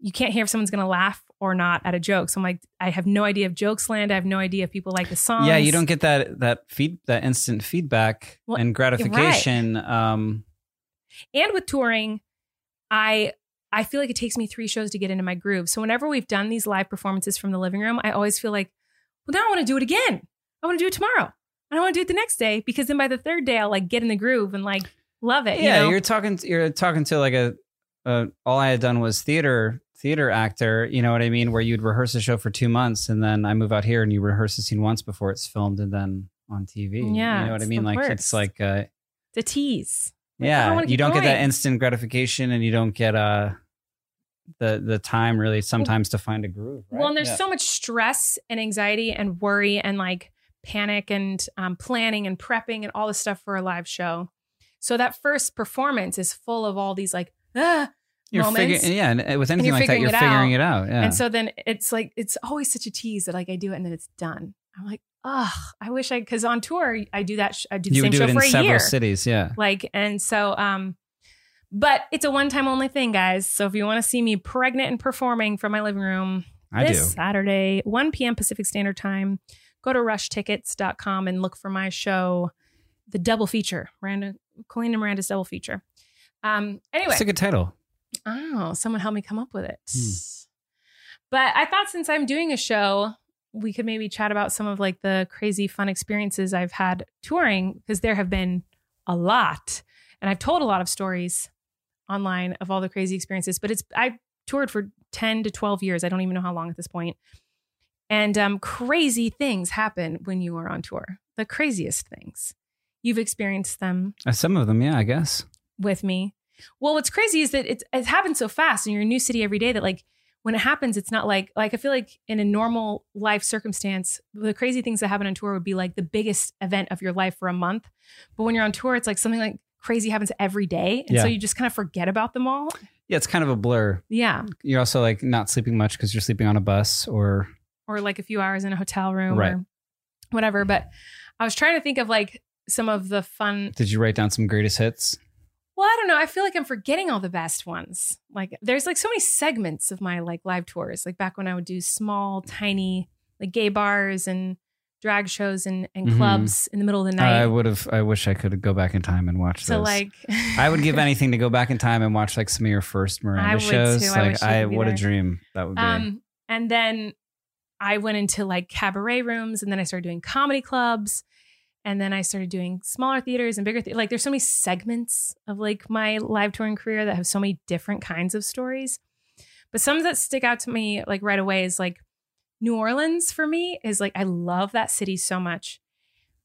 A: you can't hear if someone's gonna laugh or not at a joke. So I'm like, I have no idea if jokes land. I have no idea if people like the songs.
B: Yeah, you don't get that that feed that instant feedback
A: Well,
B: and gratification. Um
A: and with touring i i feel like it takes me three shows to get into my groove so whenever we've done these live performances from the living room i always feel like well now i want to do it again i want to do it tomorrow and i want to do it the next day because then by the third day i'll like get in the groove and like love it
B: yeah,
A: Uh, you know?
B: you're talking you're talking to like a, a all I had done was theater theater actor, you know what I mean, where you'd rehearse a show for 2 months and then I move out here and you rehearse the scene once before it's filmed and then on TV.
A: Yeah,
B: You know what I
A: it's
B: mean?
A: the
B: Like
A: worst.
B: it's like uh
A: the tease I
B: yeah,
A: wanna
B: you
A: keep
B: don't get that
A: going.
B: instant gratification and you don't get uh the the time really sometimes to find a groove, right?
A: well and there's
B: Yeah.
A: so much stress and anxiety and worry and like panic and um, planning and prepping and all this stuff for a live show. So that first performance is full of all these like, ah,
B: You're
A: moments.
B: figuring, yeah, and uh, with anything like that,
A: figuring
B: you're
A: it
B: figuring it out. Yeah.
A: and so then it's like it's always such a tease that like I do it and then it's done. I'm like, ugh, I wish I because on tour I do that. Sh- I do the
B: you
A: same
B: would do
A: show
B: it in
A: for a
B: several
A: year.
B: cities. Yeah.
A: Like, and so, um, but it's a one time only thing, guys. So if you want to see me pregnant and performing from my living room
B: I
A: this
B: do.
A: Saturday, 1 p.m. Pacific Standard Time, go to rushtickets.com and look for my show, The Double Feature, Miranda, Colleen and Miranda's Double Feature. Um, anyway,
B: It's a good title.
A: oh, someone helped me come up with it.
B: Hmm.
A: But I thought since I'm doing a show, we could maybe chat about some of like the crazy fun experiences I've had touring because there have been a lot. And I've told a lot of stories online of all the crazy experiences, but it's I toured for 10 to 12 years. I don't even know how long at this point. And um, crazy things happen when you are on tour. The craziest things. You've experienced them
B: Uh, Some of them, yeah, I guess.
A: with me. Well, what's crazy is that it's it happens so fast, and you're in a new city every day that like when it happens, it's not like like I feel like in a normal life circumstance, the crazy things that happen on tour would be like the biggest event of your life for a month. But when you're on tour, it's like something like crazy happens every day, and so
B: Yeah.
A: you just kind of forget about them all.
B: Yeah, it's kind of a blur.
A: Yeah,
B: You're also like not sleeping much because you're sleeping on a bus or
A: or like a few hours in a hotel room
B: Right.
A: or whatever. But I was trying to think of like some of the fun
B: did you write down some greatest hits?
A: Well, I don't know. I feel like I'm forgetting all the best ones. Like there's like so many segments of my like live tours. Like back when I would do small, tiny like gay bars and drag shows and, and
B: Mhm.
A: clubs in the middle of the
B: I
A: night.
B: would have I wish I could go back in time and watch
A: so
B: those.
A: like
B: I would
A: [LAUGHS]
B: give anything to go back in time and watch like some of your first Miranda
A: I would,
B: shows.
A: too. I
B: Like
A: wish I
B: I,
A: could be
B: what
A: there.
B: a dream that would be.
A: um and then I went into like cabaret rooms and then I started doing comedy clubs and then I started doing smaller theaters and bigger thea- like there's so many segments of like my live touring career that have so many different kinds of stories. But some that stick out to me like right away is like New Orleans for me is like I love that city so much.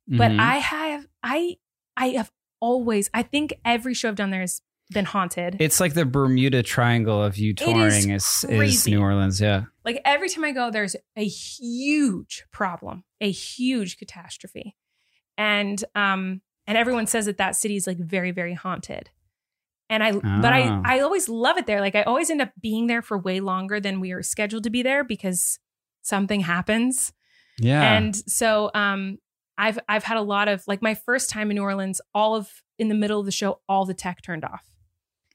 A: But
B: Mhm.
A: I have I I have always I think every show I've done there has been haunted.
B: it's like the Bermuda Triangle of you
A: is
B: touring is, is
A: crazy.
B: New Orleans. Yeah.
A: Like every time I go, there's a huge problem, a huge catastrophe, and um, and everyone says that that city is like very, very haunted. And I, but I,
B: Ah.
A: I always love it there. Like I always end up being there for way longer than we are scheduled to be there because something happens.
B: Yeah.
A: And so, um, I've I've had a lot of like my first time in New Orleans, all of in the middle of the show, all the tech turned off.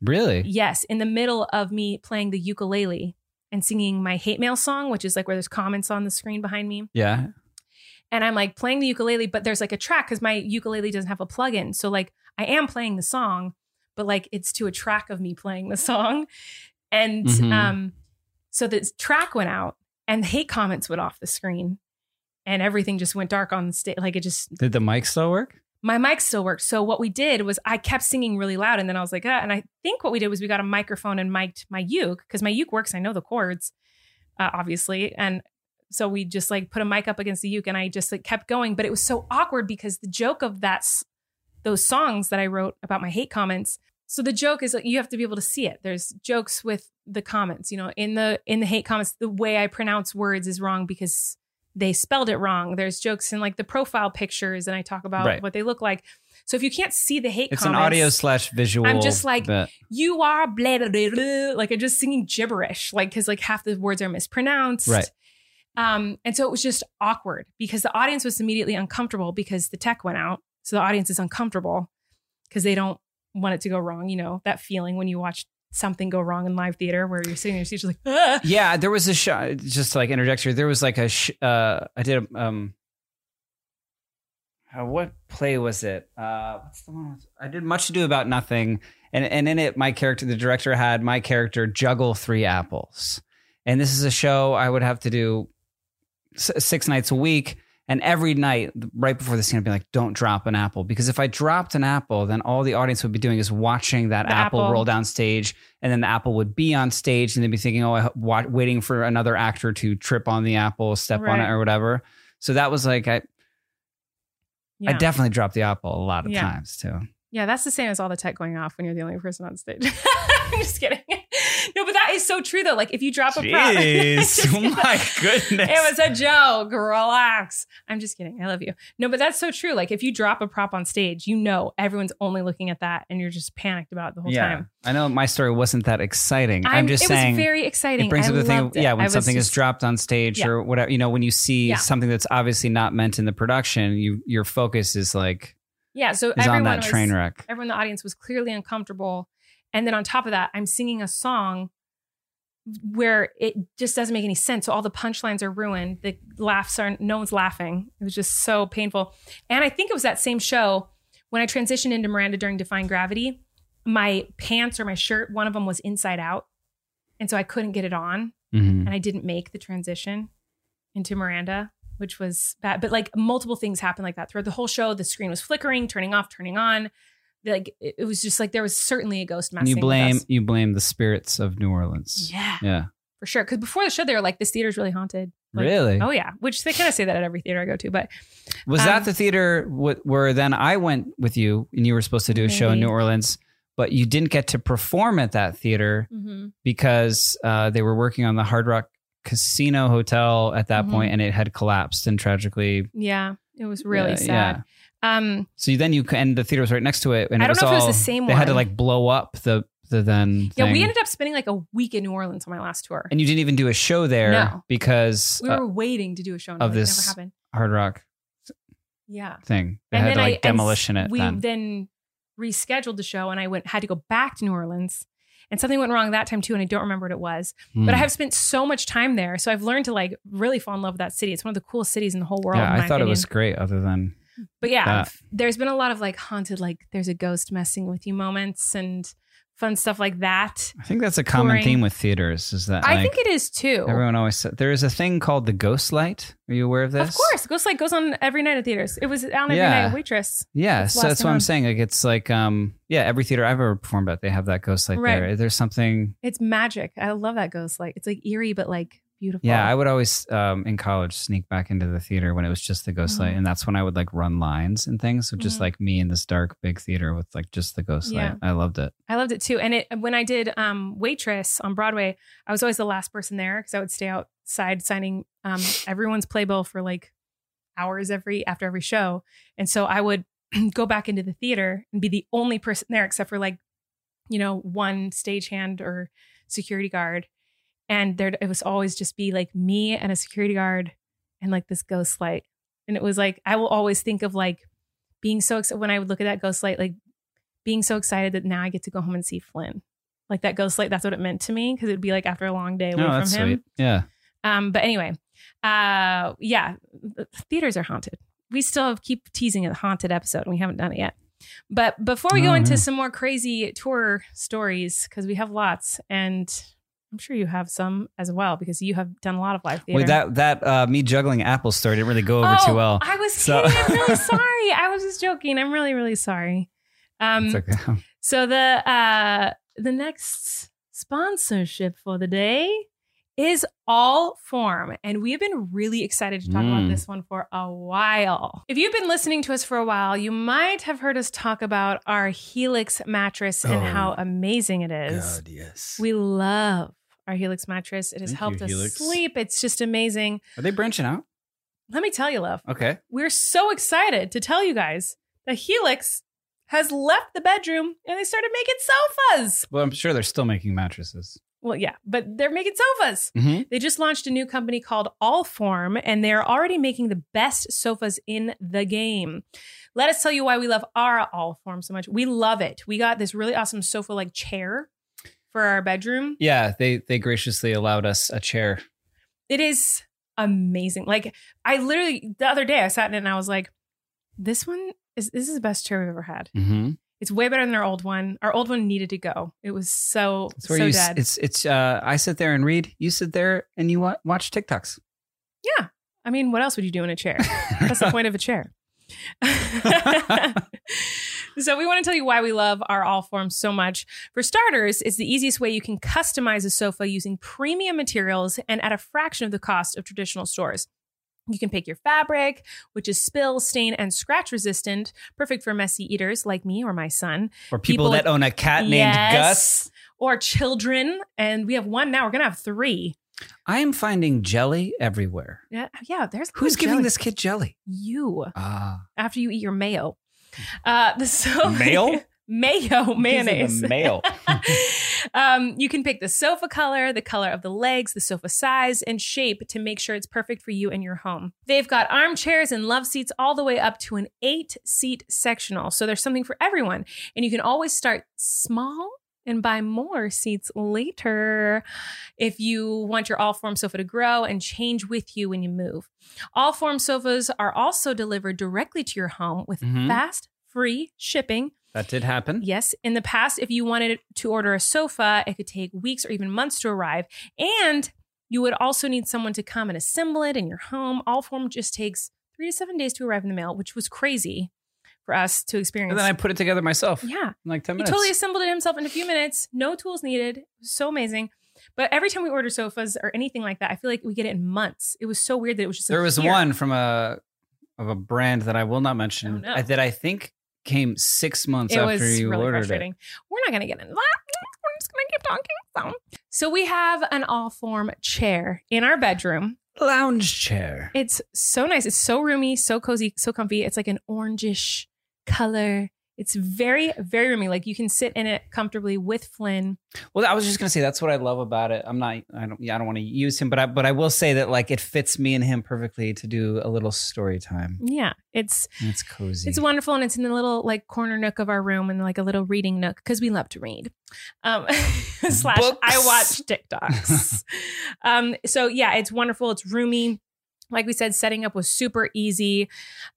B: really?
A: Yes, in the middle of me playing the ukulele and singing my hate mail song, which is like where there's comments on the screen behind me.
B: Yeah.
A: And I'm like playing the ukulele, but there's like a track because my ukulele doesn't have a plug-in. So like I am playing the song, but like it's to a track of me playing the song. And
B: Mhm.
A: um, so the track went out and hate comments went off the screen and everything just went dark on the stage. Like it just
B: Did the mic still work?
A: my mic still worked. So what we did was I kept singing really loud, and then I was like, ah, and I think what we did was we got a microphone and mic'd my uke because my uke works. I know the chords, uh, obviously, and so we just like put a mic up against the uke, and I just like kept going. But it was so awkward because the joke of that s- those songs that I wrote about my hate comments. So the joke is like you have to be able to see it. There's jokes with the comments, you know, in the in the hate comments, the way I pronounce words is wrong because they spelled it wrong. There's jokes in like the profile pictures, and I talk about
B: Right.
A: what they look like. So if you can't see the hate
B: It's an
A: comments,
B: audio slash visual.
A: I'm just like-
B: bit.
A: you are blah, blah, blah, blah. like I'm just singing gibberish, like because like half the words are mispronounced.
B: Right.
A: Um, and so it was just awkward because the audience was immediately uncomfortable because the tech went out. So the audience is uncomfortable because they don't want it to go wrong. You know, that feeling when you watch something go wrong in live theater where you're sitting there, you're just like, ah.
B: Yeah, there was a shot. Just to, like interject here, there was like a. Sh- uh, I did a. Um, uh, what play was it? Uh, what's the one? With- I did much to do about nothing, and and in it, my character, the director had my character juggle three apples, and this is a show I would have to do s- six nights a week. And every night, right before the scene, I'd be like, "Don't drop an apple," because if I dropped an apple, then all the audience would be doing is watching that
A: The
B: apple,
A: apple.
B: roll down stage, and then the apple would be on stage, and they'd be thinking, "Oh, I ho- wa- waiting for another actor to trip on the apple, step on
A: Right.
B: it, or whatever." So that was like, I, I
A: Yeah.
B: definitely dropped the apple a lot of
A: Yeah.
B: times too.
A: [LAUGHS] yeah, that's the same as all the tech going off when you're the only person on stage. I'm just kidding. [LAUGHS] No, but that is so true though. Like if you drop [LAUGHS] a prop,
C: Jeez,
A: Just-
C: oh my goodness.
A: it was a joke. Relax. I'm just kidding. I love you. No, but that's so true. Like if you drop a prop on stage, you know everyone's only looking at that, and you're just panicked about it the whole
B: yeah,
A: time.
B: I know my story wasn't that exciting. I'm,
A: I'm-
B: just
A: it
B: saying
A: was very exciting.
B: it brings
A: I
B: up the thing.
A: loved it.
B: Yeah,
A: I
B: when
A: was
B: something is
A: just-
B: dropped on stage
A: Yeah.
B: or whatever, you know, when you see
A: Yeah.
B: something that's obviously not meant in the production, you your focus is like
A: Yeah, so
B: is
A: everyone
B: on that
A: was,
B: train wreck.
A: everyone in the audience was clearly uncomfortable. And then on top of that, I'm singing a song where it just doesn't make any sense. So all the punchlines are ruined. The laughs are no one's laughing. It was just so painful. And I think it was that same show when I transitioned into Miranda during Define Gravity. My pants or my shirt, one of them was inside out. And so I couldn't get it on
B: Mhm.
A: and I didn't make the transition into Miranda, which was bad. But like multiple things happened like that throughout the whole show. The screen was flickering, turning off, turning on. Like it it was just like there was certainly a ghost
B: And
A: messing.
B: you blame
A: With us.
B: you blame the spirits of New Orleans.
A: Yeah,
B: Yeah.
A: for sure. Because before the show, they were like, "This theater's really haunted." Like,
B: really?
A: Oh yeah, which they kind of say that at every theater I go to, but
B: Was that
A: Um,
B: the theater w- where then I went with you and you were supposed to do a show in
A: Maybe.
B: New Orleans, but you didn't get to perform at that theater because uh, they were working on the Hard Rock Casino Hotel at that
A: Mhm.
B: point and it had collapsed and tragically.
A: yeah, it was really
B: Yeah,
A: sad. Um,
B: So you, then you c- and the theater was right next to it. And
A: I
B: it
A: don't
B: was
A: know
B: all,
A: if it was the same
B: They had to
A: one.
B: like blow up the the then.
A: yeah,
B: thing.
A: we ended up spending like a week in New Orleans on my last tour.
B: and you didn't even do a show there
A: No.
B: because
A: we
B: uh,
A: were waiting to do a show, and
B: of
A: it never
B: this-
A: happened.
B: Hard Rock
A: Yeah.
B: thing. They had to like
A: and
B: demolition it
A: We
B: then.
A: rescheduled the show, and I went had to go back to New Orleans, and something went wrong that time too, and I don't remember what it was. But I
B: Mm.
A: have spent so much time there, so I've learned to like really fall in love with that city. It's one of the coolest cities in the whole world.
B: Hmm. yeah,
A: in
B: I
A: my
B: thought
A: opinion.
B: it was great other than
A: But yeah,
B: that.
A: f- there's been a lot of like haunted, like there's a ghost messing with you moments and fun stuff like that.
B: I think that's a common
A: touring.
B: theme with theaters is that
A: I
B: like,
A: think it is too.
B: everyone always said there is a thing called the ghost light. Are you aware of this?
A: Of course, Ghost Light goes on every night at theaters. It was on every
B: Yeah.
A: night at Waitress.
B: Yeah,
A: It's
B: so that's
A: blasting
B: what I'm
A: on.
B: saying. Like it's like um yeah, every theater I've ever performed at, they have that ghost light
A: Right.
B: there. There's something
A: It's magic. I love that Ghost Light. It's like eerie, but like beautiful.
B: yeah, I would always um in college sneak back into the theater when it was just the ghost light,
A: Mhm.
B: and that's when I would like run lines and things. So just
A: Mhm.
B: like me in this dark big theater with like just the ghost
A: Yeah.
B: light. I loved it.
A: I loved it too. And it when I did um, waitress on Broadway, I was always the last person there because I would stay outside signing um, everyone's playbill for like hours every after every show. And so I would [CLEARS THROAT] go back into the theater and be the only person there except for like you know one stagehand or security guard. And there it was always just be like me and a security guard and like this ghost light. And it was like I will always think of like being so excited when I would look at that ghost light like being so excited that now I get to go home and see Flynn. Like that ghost light, that's what it meant to me because it'd be like after a long day away
B: No,
A: from
B: that's
A: him.
B: sweet. Yeah.
A: Um, but anyway, uh, yeah, th- theaters are haunted. We still have, keep teasing a haunted episode, and we haven't done it yet. But before we go
B: Oh, yeah.
A: into some more crazy tour stories, because we have lots, and I'm sure you have some as well, because you have done a lot of live theater.
B: Wait, that that uh me juggling apple story didn't really go over
A: oh,
B: too well.
A: I was
B: So-
A: kidding. I'm
B: [LAUGHS]
A: really sorry. I was just joking. I'm really, really sorry. Um,
B: it's
C: Oh,
B: okay. [LAUGHS]
A: so the uh the next sponsorship for the day is All Form, and we have been really excited to talk
B: Mm.
A: about this one for a while. If you've been listening to us for a while, you might have heard us talk about our Helix mattress and
C: Oh.
A: how amazing it is.
C: God, yes.
A: We love our Helix mattress. It has
C: Thank
A: helped
C: you,
A: us
C: Helix.
A: sleep. It's just amazing.
B: Are they branching out?
A: Let me tell you, love
B: Okay.
A: we're so excited to tell you guys that Helix has left the bedroom and they started making sofas.
B: Well, I'm sure they're still making mattresses.
A: Well, yeah, but they're making sofas.
B: Mm-hmm.
A: They just launched a new company called Allform, and they're already making the best sofas in the game. Let us tell you why we love our Allform so much. We love it. We got this really awesome sofa like chair for our bedroom.
B: Yeah, they they graciously allowed us a chair.
A: It is amazing. Like I literally the other day I sat in it and I was like, this one is this is the best chair we've ever had.
B: Mm-hmm.
A: It's way better than our old one. Our old one needed to go. It was so
B: It's where
A: so
B: you. s-
A: dead.
B: It's it's. Uh, I sit there and read. You sit there and you wa- watch TikToks.
A: I mean, what else would you do in a chair?
B: [LAUGHS]
A: That's the point of a chair. [LAUGHS] so we want to tell you why we love our all forms so much. For starters, it's the easiest way you can customize a sofa using premium materials and at a fraction of the cost of traditional stores. You can pick your fabric, which is spill, stain, and scratch resistant, perfect for messy eaters like me or my son.
B: Or people,
A: People-
B: that own a cat named Gus.
A: Yes. or children. And we have one now. We're going to have three.
B: I am finding jelly everywhere.
A: Yeah. Yeah. There's the
B: Who's giving
A: jelly.
B: this kid jelly?
A: You
B: Ah,
A: after you eat your mayo. Uh, [LAUGHS] the- so
C: Mayo?
A: mayo, [LAUGHS] mayonnaise. [LAUGHS]
C: Male.
A: um, you can pick the sofa color, the color of the legs, the sofa size, and shape to make sure it's perfect for you and your home. They've got armchairs and love seats all the way up to an eight seat sectional. So there's something for everyone. And you can always start small and buy more seats later if you want your all form sofa to grow and change with you when you move. All form sofas are also delivered directly to your home with
B: Mhm.
A: fast, free shipping.
B: that did happen.
A: Yes. In the past, if you wanted to order a sofa, it could take weeks or even months to arrive. And you would also need someone to come and assemble it in your home. All form just takes three to seven days to arrive in the mail, which was crazy for us to experience.
B: And then I put it together myself
A: yeah.
B: [LAUGHS] in like 10
A: He
B: minutes.
A: totally assembled it himself in a few minutes. No tools needed. It was so amazing. But every time we order sofas or anything like that, I feel like we get it in months. It was so weird that it was just
B: there was
A: here.
B: one from a of a brand that I will not mention
A: Oh, no.
B: that I think came six months
A: It was
B: after you
A: really
B: ordered it.
A: frustrating. We're not gonna get into that. We're just gonna keep talking. So. so we have an all form chair in our bedroom.
B: Lounge chair.
A: It's so nice. It's so roomy, so cozy, so comfy. It's like an orangish color. It's very, very roomy. Like you can sit in it comfortably with Flynn.
B: Well, I was just gonna say that's what I love about it. I'm not, I don't, yeah, I don't want to use him, but I, but I will say that like it fits me and him perfectly to do a little story time.
A: Yeah, it's
B: And it's cozy.
A: It's wonderful, and it's in the little like corner nook of our room, and like a little reading nook because we love to read. Um, [LAUGHS] slash, I
B: Books.
A: watch
B: [LAUGHS]
A: TikToks. um, so yeah, it's wonderful. It's roomy. Like we said, setting up was super easy.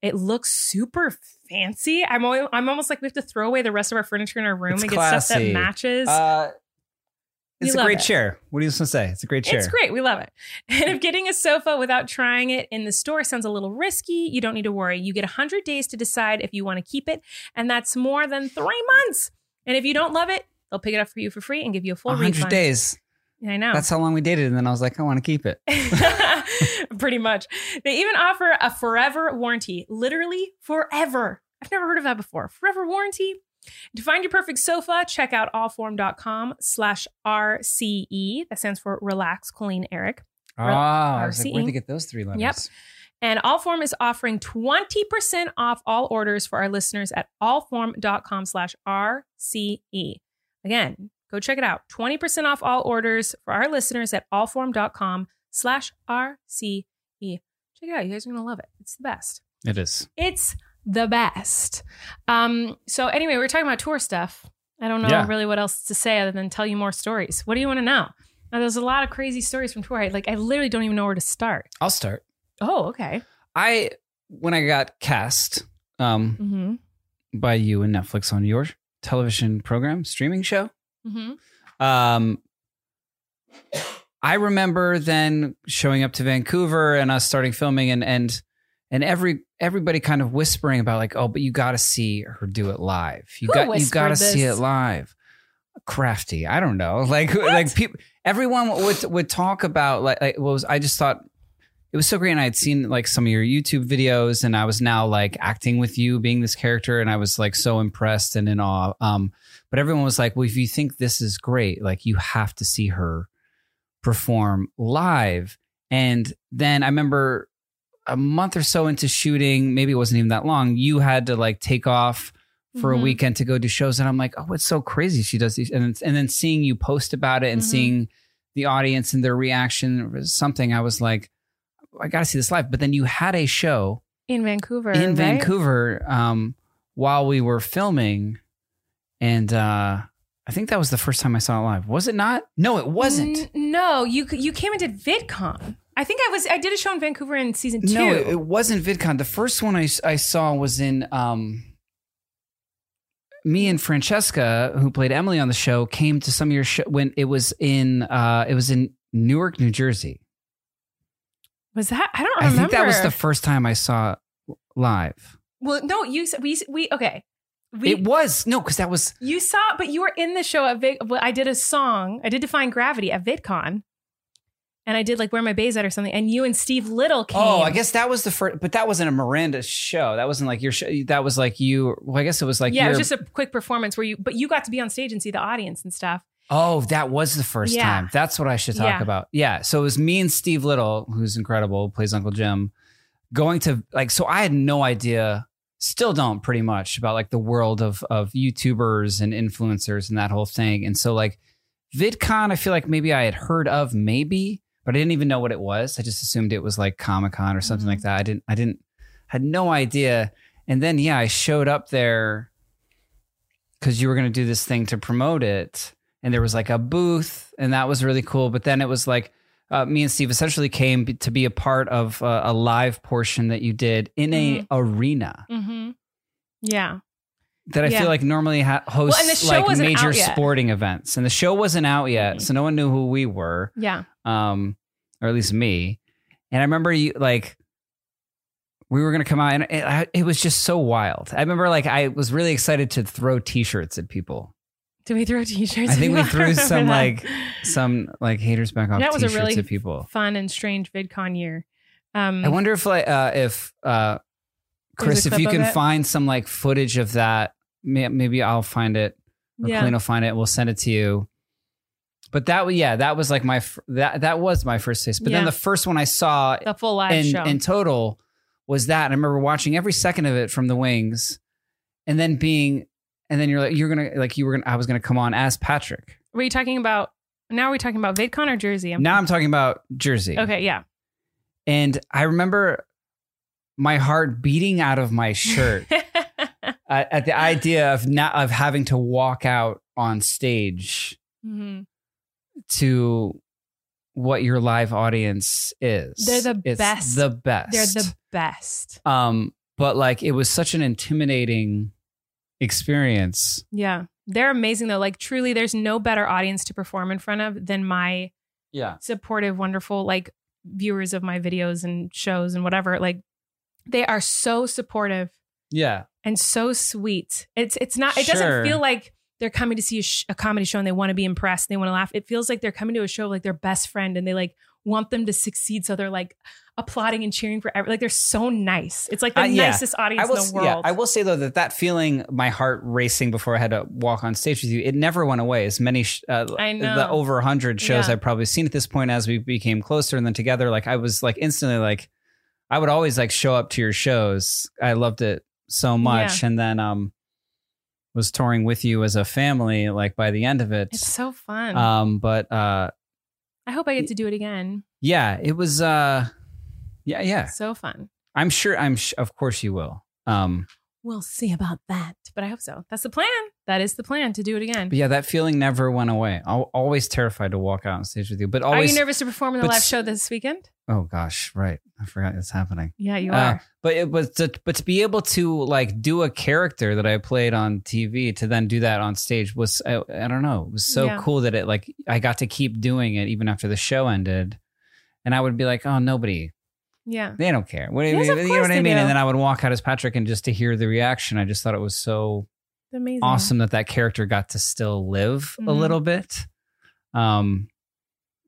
A: It looks super fancy. I'm always, I'm almost like we have to throw away the rest of our furniture in our room
B: It's
A: and get stuff that
B: classy.
A: matches.
B: Uh,
A: We
B: it's a
A: love
B: great
A: it.
B: chair. What are you just gonna say? It's a great chair.
A: It's great. We love it. [LAUGHS] And if getting a sofa without trying it in the store sounds a little risky, you don't need to worry. You get 100 days to decide if you want to keep it, and that's more than three months. And if you don't love it, they'll pick it up for you for free and give you a full
B: 100
A: refund. Oh.
B: days.
A: I know.
B: That's how long we dated, and then I was like, I want to keep it.
A: [LAUGHS] Pretty much. They even offer a forever warranty, literally forever. I've never heard of that before. Forever warranty. To find your perfect sofa, check out allform.com slash RCE. That stands for Relax Colleen Eric.
B: Oh, I was like,
A: RCE.
B: where'd they get those three letters?
A: And Allform is offering 20% off all orders for our listeners at allform.com slash RCE. Again, go check it out. 20% off all orders for our listeners at allform.com slash RCE. Check it out. You guys are going to love it. It's the best.
B: It is.
A: It's the best. Um, so anyway, we were talking about tour stuff. I don't know
B: Yeah.
A: really what else to say other than tell you more stories. What do you want to know? Now, there's a lot of crazy stories from tour. I- Like, I literally don't even know where to start.
B: I'll start.
A: Oh, okay.
B: I when I got cast um,
A: Mm-hmm.
B: by you and Netflix on your television program streaming show,
A: Mm-hmm.
B: Um, I remember then showing up to Vancouver and us starting filming and and and every everybody kind of whispering about like, oh, but you got to see her do it live. You
A: Who
B: got you
A: whispered
B: got to see it
A: this?
B: live. Crafty, I don't know. [LAUGHS] Like like people, everyone would would talk about like, like what was I just thought. It was so great, and I had seen like some of your YouTube videos, and I was now like acting with you, being this character, and I was like so impressed and in awe. Um, but everyone was like, well, if you think this is great, like you have to see her perform live. And then I remember a month or so into shooting, maybe it wasn't even that long, you had to like take off for a
A: Mhm.
B: weekend to go do shows. And I'm like, oh, it's so crazy she does these. And, it's- and then seeing you post about it and
A: Mhm.
B: seeing the audience and their reaction was something I was like, "Oh, I got to see this live. But then you had a show
A: in Vancouver.
B: in
A: right?
B: Vancouver um, while we were filming, and uh, I think that was the first time I saw it live. Was it not? No, it wasn't.
A: N- no, you you came and did VidCon. I think I was I did a show in Vancouver in season two.
B: No, it, it wasn't VidCon. The first one I, s- I saw was in um, me and Francesca, who played Emily on the show, came to some of your show when it was in uh, it was in Newark, New Jersey.
A: was that I don't
B: I
A: remember.
B: think that was the first time I saw it live.
A: well, no, you said we we okay. We
B: it was no, because that was
A: you saw, but you were in the show at Vid. Well, I did a song. I did Define Gravity at VidCon, and I did like Where My Bay's At or something. And you and Steve Little came.
B: Oh, I guess that was the first, but that wasn't a Miranda show. That wasn't like your show. That was like you. Well, I guess it was like
A: yeah, it
B: your,
A: was just a quick performance where you, but you got to be on stage and see the audience and stuff.
B: Oh, that was the first
A: Yeah.
B: time. That's what I should talk
A: Yeah.
B: about. Yeah. So it was me and Steve Little, who's incredible, plays Uncle Jim, going to like so I had no idea, still don't pretty much about like the world of of YouTubers and influencers and that whole thing. And so like VidCon, I feel like maybe I had heard of maybe, but I didn't even know what it was. I just assumed it was like Comic Con or something
A: Mhm.
B: like that. I didn't I didn't had no idea. And then yeah, I showed up there because you were going to do this thing to promote it. And there was like a booth, and that was really cool. But then it was like uh, me and Steve essentially came b- to be a part of uh, a live portion that you did in a arena
A: Mm-hmm. Yeah.
B: that I
A: Yeah.
B: feel like normally ha- hosts
A: and the show
B: like
A: wasn't
B: major
A: out yet.
B: sporting events. And the show wasn't out yet,
A: Mhm.
B: so no one knew who we were
A: Yeah.
B: um, or at least me. And I remember you like we were gonna come out, and it, I- it was just so wild. I remember like I was really excited to throw T-shirts at people,
A: Did we throw t-shirts?
B: I think we
A: at people?
B: threw
A: I [LAUGHS]
B: some,
A: remember that.
B: some like haters back off
A: That was a
B: T-shirts
A: really
B: at people.
A: fun and strange VidCon year.
B: I
A: Um,
B: wonder if like uh, if uh,
A: There's a
B: Chris, if
A: clip
B: you
A: of
B: can
A: it?
B: find some like footage of that, may- maybe I'll find it or
A: yeah.
B: Colleen will find it. We'll send it to you. But that, yeah, that was like my fir- that that was my first taste. But then
A: Yeah.
B: the first one I saw
A: the full live
B: in,
A: show.
B: in total was that. And I remember watching every second of it from the wings and then being, and then you're like, you're going to, like, you were going to, I was going to come on as Patrick.
A: were you talking about? Now are we talking about VidCon or Jersey? I'm-
B: Now I'm talking about Jersey.
A: okay. Yeah. [LAUGHS]
B: And I remember my heart beating out of my
A: [LAUGHS]
B: shirt at, at the idea of not, of having to walk out on stage
A: hmm
B: to what your live audience is.
A: They're the
B: It's
A: best.
B: The best.
A: They're the best.
B: Um, but like it was such an intimidating experience.
A: Yeah. They're amazing though. Like truly, there's no better audience to perform in front of than my
B: Yeah.
A: supportive, wonderful, like viewers of my videos and shows and whatever. Like they are so supportive
B: Yeah.
A: and so sweet. It's it's not. It doesn't
B: Sure.
A: feel like they're coming to see a, sh- a comedy show and they want to be impressed. And they want to laugh. It feels like they're coming to a show of, like their best friend and they like want them to succeed. So they're like applauding and cheering for every. Like they're so nice. It's like the
B: Uh, yeah.
A: nicest audience
B: I will,
A: in
B: s-
A: the
B: yeah,
A: world.
B: I will say though that that feeling, my heart racing before I had to walk on stage with you, it never went away. As many, sh- uh,
A: I
B: the
A: know.
B: over hundred shows
A: Yeah.
B: I've probably seen at this point, as we became closer and then together, like I was like instantly like, I would always like show up to your shows. I loved it so much, and then um, was touring with you as a family. Like by the end of it,
A: it's so fun.
B: um, but uh,
A: I hope I get to do it again.
B: yeah, it was uh, yeah, yeah.
A: So fun.
B: I'm sure. I'm sh- of course you will. Um,
A: We'll see about that, but I hope so. That's the plan. That is the plan to do it again.
B: But yeah, that feeling never went away. i always terrified to walk out on stage with you, but
A: are
B: always.
A: you nervous to perform in the
B: but
A: live
B: s-
A: show this weekend?
B: oh gosh, right. I forgot it's happening.
A: Yeah, you
B: Uh,
A: are.
B: But it was to, but to be able to like do a character that I played on TV to then do that on stage was I, I don't know it was so
A: Yeah.
B: cool that it like I got to keep doing it even after the show ended, and I would be like, oh nobody
A: yeah.
B: they don't care. What do you,
A: Yes,
B: mean?
A: of
B: you know what
A: course
B: I
A: they
B: mean? And
A: do.
B: then I would walk out as Patrick, and just to hear the reaction, I just thought it was so
A: Amazing.
B: awesome that that character got to still live a
A: Mhm.
B: little bit. Um,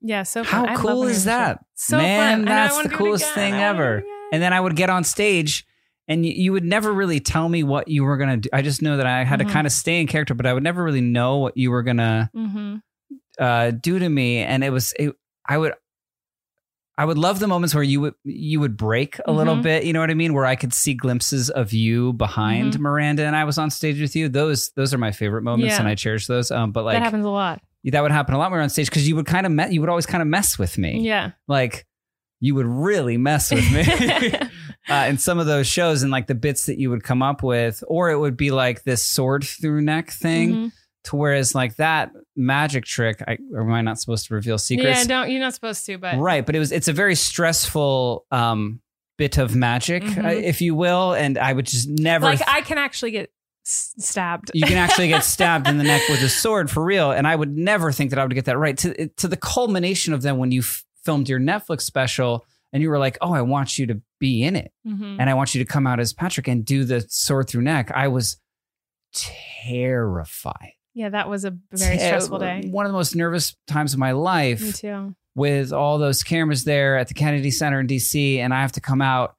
A: Yeah, so fun. I
B: how
A: love
B: cool
A: when I
B: is
A: was
B: that?
A: little. So
B: Man,
A: fun. I know, I
B: that's
A: wanna
B: the
A: do it
B: coolest
A: again.
B: thing
A: I wanna do
B: ever.
A: it again.
B: And then I would get on stage and you, you would never really tell me what you were going to do. I just know that I had
A: Mhm.
B: to kind of stay in character, but I would never really know what you were going to
A: Mhm.
B: uh, do to me. And it was, it, I would, I would love the moments where you would you would break a little
A: Mhm.
B: bit, you know what I mean, where I could see glimpses of you behind
A: Mm-hmm.
B: Miranda and I was on stage with you. Those those are my favorite moments
A: Yeah.
B: and I cherish those. Um but like
A: that happens a lot.
B: that would happen a lot more on stage because you would kind of me- you would always kind of mess with me
A: Yeah.
B: like you would really mess with
A: [LAUGHS]
B: me uh, in some of those shows and like the bits that you would come up with or it would be like this sword through neck thing
A: Mhm.
B: to whereas like that magic trick I, or am i not supposed to reveal
A: Yeah,
B: secrets
A: don't you're not supposed to, but
B: right but it was it's a very stressful um bit of magic
A: Mhm.
B: uh, if you will and i would just never
A: like
B: th-
A: I can actually get s- stabbed.
B: you can actually
A: [LAUGHS]
B: get stabbed in the neck with a sword for real. And I would never think that I would get that right. To to the culmination of then when you f- filmed your Netflix special and you were like, oh, I want you to be in it,
A: Mhm.
B: and I want you to come out as Patrick and do the sword through neck. I was terrified.
A: Yeah, that was a very
B: Ter-
A: stressful day.
B: One of the most nervous times of my
A: Me
B: life
A: too.
B: with all those cameras there at the Kennedy Center in DC, and I have to come out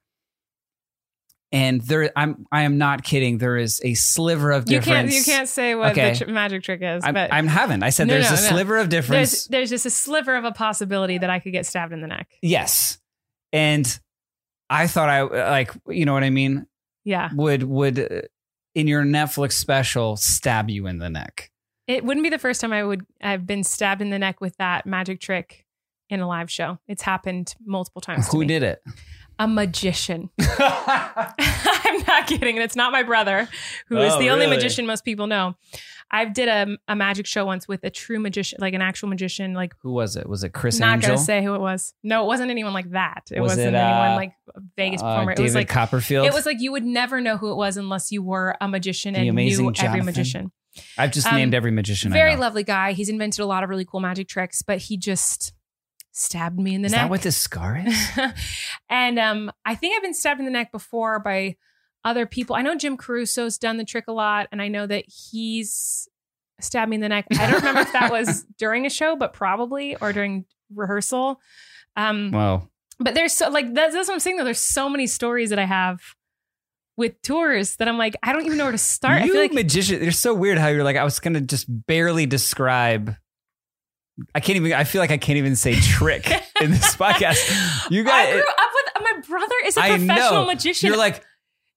B: and there I'm I am not kidding. There is a sliver of
A: You
B: difference.
A: can't you can't say what
B: Okay.
A: the tr- magic trick is,
B: I'm,
A: but
B: I'm haven't. I said
A: No,
B: there's
A: no,
B: a
A: no.
B: sliver of difference.
A: there's there's just a sliver of a possibility that I could get stabbed in the neck.
B: yes, and I thought I like you know what I mean.
A: Yeah,
B: Would would uh, in your Netflix special stab you in the neck?
A: it wouldn't be the first time I would I've been stabbed in the neck with that magic trick in a live show. It's happened multiple times. to
B: Who
A: me.
B: did
A: [LAUGHS]
B: it?
A: A magician. [LAUGHS] I'm not kidding. And it's not my brother, who is
B: Oh,
A: the only
B: really?
A: magician most people know. I did a, a magic show once with a true magician, like an actual magician, like
B: Who was it? Was it Chris
A: not
B: Angel?
A: gonna say who it was. No, it wasn't anyone like that. It
B: Was
A: was not
B: it,
A: anyone
B: uh,
A: like a Vegas
B: Uh,
A: performer.
B: David
A: it was like
B: Copperfield.
A: it was like you would never know who it was unless you were a magician
B: The
A: and
B: amazing
A: knew every
B: Jonathan.
A: magician.
B: I've just
A: um,
B: named every magician. I
A: Very
B: know.
A: lovely guy. He's invented a lot of really cool magic tricks, but he just stabbed me in the
B: Is
A: neck.
B: that what this scar
A: [LAUGHS]
B: is?
A: and um, I think I've been stabbed in the neck before by other people. I know Jim Caruso's done the trick a lot, and I know that he's stabbed me in the neck. I don't remember if that
B: [LAUGHS]
A: was during a show, but probably or during rehearsal. Um,
B: Wow.
A: but there's so like that's, that's what I'm saying though. There's so many stories that I have with tours that I'm like I don't even know where to start. I
B: You
A: feel like
B: magician, you're so weird. How you're like, I was gonna just barely describe. I can't even. I feel like I can't even say trick in
A: [LAUGHS]
B: this podcast. You
A: I
B: got.
A: grew up with my brother is a
B: I
A: professional
B: know.
A: magician.
B: You're like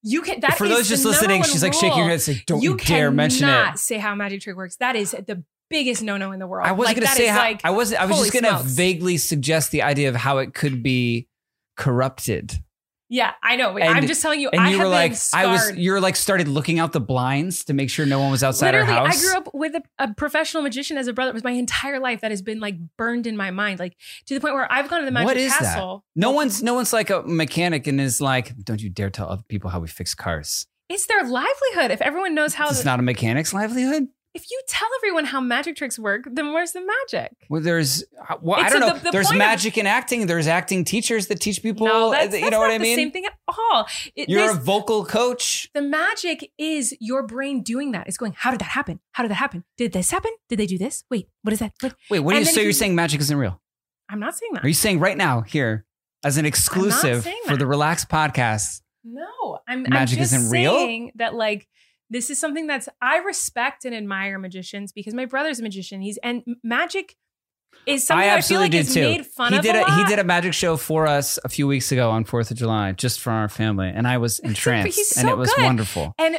A: you can that
B: for
A: is
B: those just
A: the number
B: listening.
A: one
B: She's like shaking her
A: rule.
B: head. Like, don't you, dare mention
A: cannot
B: it.
A: say how a magic trick works. That is the biggest no no in the world.
B: I wasn't
A: Like,
B: gonna
A: that
B: say
A: is
B: how.
A: like
B: I wasn't. I was
A: holy
B: just gonna
A: smokes.
B: vaguely suggest the idea of how it could be corrupted.
A: yeah, I know.
B: And-
A: I'm just telling you.
B: And
A: I
B: you
A: have
B: were
A: been
B: like,
A: scarred.
B: I was. You're like started looking out the blinds to make sure no one was outside
A: Literally,
B: our
A: I
B: house.
A: grew up with a, a professional magician as a brother. It was my entire life that has been like burned in my mind, like to the point where I've gone to the magic
B: What is that?
A: castle.
B: no one's. No one's like a mechanic and is like, don't you dare tell other people how we fix cars.
A: It's their livelihood. If everyone knows how,
B: it's not a mechanic's livelihood.
A: if you tell everyone how magic tricks work, then where's the magic?
B: Well, there's, uh, well, I
A: It's
B: don't
A: a-
B: know.
A: the- the
B: there's
A: point of-
B: magic in acting. There's acting teachers that teach people. uh,
A: no, that's,
B: you
A: that's
B: know
A: not
B: what I
A: the
B: mean?
A: same thing at all. It,
B: You're
A: there's-
B: a vocal coach.
A: The magic is your brain doing that. It's going, how did that happen? How did that happen? Did this happen? Did they do this? Wait, what is that? What?
B: Wait, what are you?
A: And then
B: So
A: you-
B: you're saying magic isn't real?
A: I'm not saying that.
B: Are you saying right now here as an exclusive
A: saying
B: for
A: that.
B: the Relaxed Podcast?
A: no, I'm
B: Magic
A: I'm just
B: isn't real?
A: saying that like this is something that's I respect and admire magicians because my brother's a magician. He's and magic is something
B: I
A: I, feel
B: absolutely
A: like
B: did
A: is
B: too.
A: made fun
B: he
A: of.
B: did
A: a, lot.
B: he did a magic show for us a few weeks ago on Fourth of July, just for our family, and I was entranced,
A: he's
B: and
A: so
B: it was
A: good.
B: wonderful.
A: And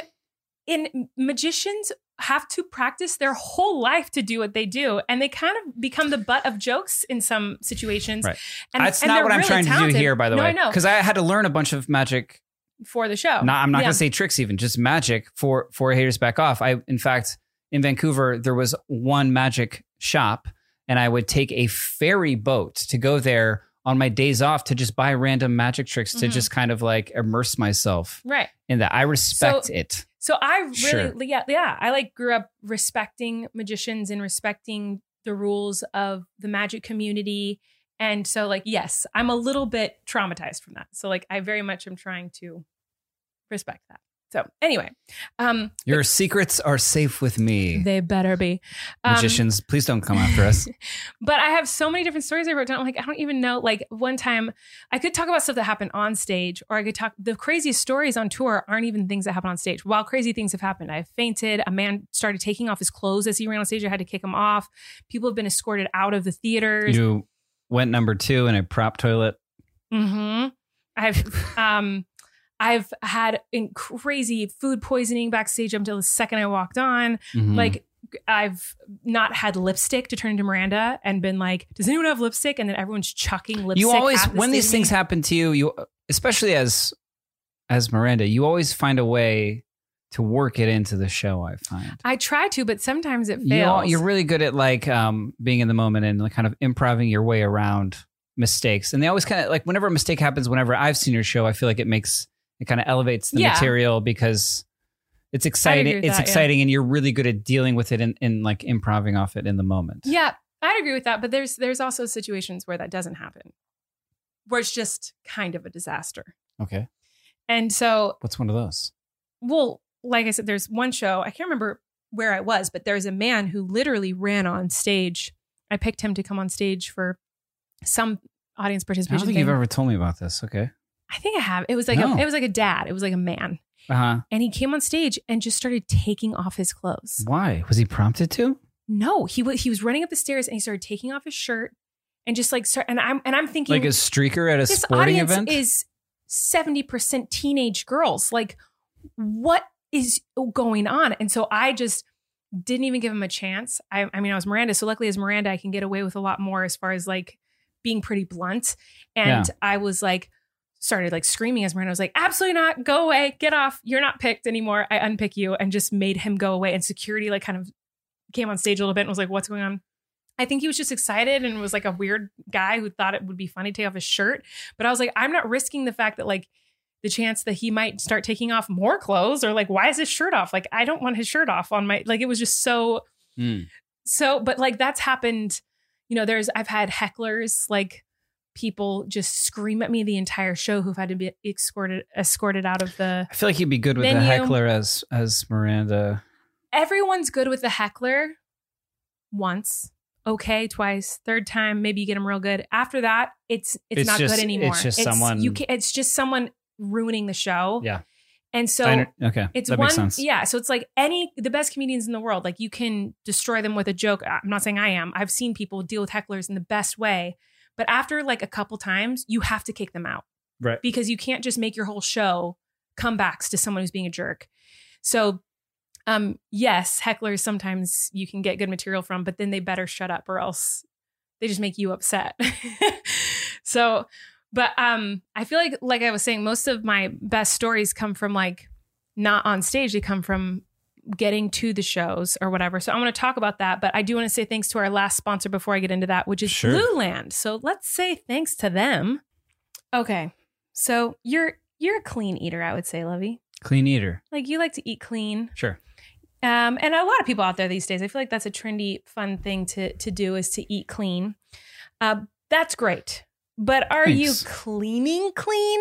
A: in magicians have to practice their whole life to do what they do, and they kind of become the butt of jokes in some situations.
B: Right.
A: And,
B: That's
A: and
B: not
A: they're
B: what I'm
A: really
B: trying to
A: talented.
B: do here, by the
A: no,
B: way,
A: I know
B: because I had to learn a bunch of magic
A: for the show.
B: Not, I'm not
A: Oh, Yeah.
B: gonna say tricks even, just magic for for haters back off. I in fact in Vancouver there was one magic shop, and I would take a ferry boat to go there on my days off to just buy random magic tricks to
A: Mhm.
B: just kind of like immerse myself
A: right.
B: in that. I respect
A: So-
B: it.
A: So I really,
B: Sure.
A: yeah, yeah. I like grew up respecting magicians and respecting the rules of the magic community. And so, like, yes, I'm a little bit traumatized from that. So, like, I very much am trying to respect that. So, anyway, um,
B: Your secrets are safe with me.
A: they better be Um,
B: Magicians, please don't come after
A: [LAUGHS]
B: us.
A: but I have so many different stories I wrote down. I'm like, I don't even know. Like one time, I could talk about stuff that happened on stage, or I could talk. The craziest stories on tour aren't even things that happen on stage. While crazy things have happened, I fainted. A man started taking off his clothes as he ran on stage. I had to kick him off. People have been escorted out of the theaters.
B: you went number two in a prop toilet.
A: hmm I've [LAUGHS] um, I've had in crazy food poisoning backstage up until the second I walked on.
B: Mhm.
A: Like I've not had lipstick to turn into Miranda and been like, does anyone have lipstick? And then everyone's chucking lipstick.
B: you always
A: at the
B: when these
A: stage.
B: things happen to you you especially as as miranda you always find a way to work it into the show i find
A: I try to, but sometimes it
B: you all,
A: fails.
B: you're really good at like um being in the moment and like kind of improving your way around mistakes and they always kind of like whenever a mistake happens whenever i've seen your show i feel like it makes it kind of elevates the
A: Yeah.
B: material because it's exciting
A: with
B: it's
A: that, yeah.
B: exciting and you're really good at dealing with it and, and like improving off it in the moment
A: yeah, I'd agree with that. But there's there's also situations where that doesn't happen, where it's just kind of a disaster.
B: okay
A: And so,
B: what's one of those
A: well, like I said, there's one show I can't remember where I was, but there's a man who literally ran on stage. I picked him to come on stage for some audience
B: i don't
A: participation.
B: think
A: thing.
B: you've ever told me about this okay
A: I think I have. It was like
B: No.
A: a, it was like a dad. It was like a man,
B: Uh huh.
A: and he came on stage and just started taking off his clothes.
B: Why was he prompted to?
A: No, he was he was running up the stairs and he started taking off his shirt and just like start, and I'm and I'm thinking
B: Like a streaker at a
A: this
B: sporting
A: audience
B: event?
A: is 70% teenage girls. Like, what is going on? And so I just didn't even give him a chance. I, I mean, I was Miranda. So luckily, as Miranda, I can get away with a lot more as far as like being pretty blunt. And I was like, started like screaming as Miranda I was like, absolutely not. Go away. Get off. You're not picked anymore. I unpick you and just made him go away. And security like kind of came on stage a little bit and was like, what's going on? I think he was just excited and was like a weird guy who thought it would be funny to take off his shirt. But I was like, I'm not risking the fact that like the chance that he might start taking off more clothes or like, why is his shirt off? Like, I don't want his shirt off on my, like, it was just so,
B: Mm.
A: so, but like that's happened. You know, there's, I've had hecklers, like people just scream at me the entire show who've had to be escorted, escorted out of the,
B: I feel like you'd be good with a
A: Venue.
B: heckler as as Miranda.
A: everyone's good with the heckler once. Okay, twice, third time, maybe you get them real good. After that, it's it's,
B: It's
A: not
B: just-
A: good anymore.
B: it's just someone-
A: you can, it's just someone ruining the show.
B: Yeah.
A: and so
B: I under- okay,
A: it's
B: that
A: one
B: makes sense.
A: yeah so it's like any the best comedians in the world like you can destroy them with a joke i'm not saying i am i've seen people deal with hecklers in the best way but after like a couple times you have to kick them out
B: Right.
A: because you can't just make your whole show comebacks to someone who's being a jerk so um yes hecklers sometimes you can get good material from but then they better shut up or else they just make you upset [LAUGHS] so but um i feel like like i was saying most of my best stories come from like not on stage they come from getting to the shows or whatever so i want to talk about that but i do want to say thanks to our last sponsor before i get into that which is
B: Sure.
A: blue land so let's say thanks to them okay so you're you're a clean eater i would say lovey
B: Clean eater.
A: like you like to eat clean
B: Sure.
A: um, and a lot of people out there these days, I feel like that's a trendy, fun thing to to do is to eat clean. Uh, that's great, but are you
B: Thanks.
A: cleaning clean?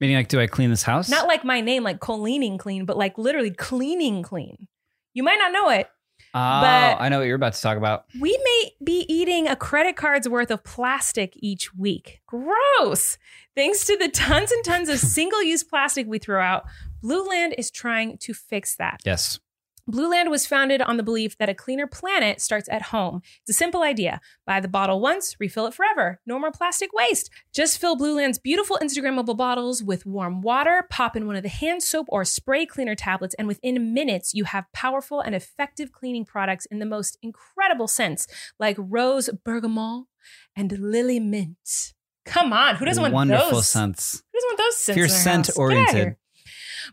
B: Meaning, like, do I clean this house?
A: Not like my name, like cleaning clean, but like literally cleaning clean. You might not know it.
B: oh,
A: but-
B: I know what you're about to talk about.
A: We may be eating a credit card's worth of plastic each week. Gross! Thanks to the tons and tons of single use plastic we throw out, Blue Land is trying to fix that.
B: Yes.
A: Blue Land was founded on the belief that a cleaner planet starts at home. It's a simple idea. Buy the bottle once, refill it forever. No more plastic waste. Just fill Blue Land's beautiful Instagrammable bottles with warm water, pop in one of the hand soap or spray cleaner tablets, and within minutes, you have powerful and effective cleaning products in the most incredible scents, like rose bergamot and lily mint. Come on, who doesn't want
B: Wonderful
A: those?
B: sense.
A: Who doesn't want those scents?
B: If you're
A: in their house? Get outta
B: scent-oriented.
A: here.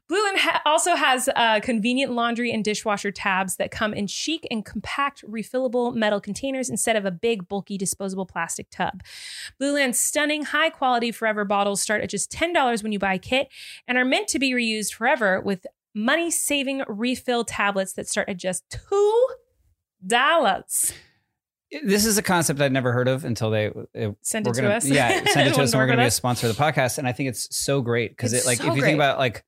A: Blue Land ha- also has uh, convenient laundry and dishwasher tabs that come in chic and compact refillable metal containers instead of a big, bulky disposable plastic tub. Blue Land's stunning, high quality forever bottles start at just $10 when you buy a kit and are meant to be reused forever with money saving refill tablets that start at just $2.
B: This is a concept I'd never heard of until they it
A: Send
B: we're
A: it
B: gonna,
A: to us. [LAUGHS]
B: Yeah, send it to
A: We'll
B: us, and we're going
A: work
B: to
A: with
B: be a
A: us.
B: sponsor of the podcast. And I think it's so great because it
A: It's
B: like
A: so
B: if you
A: great.
B: think about like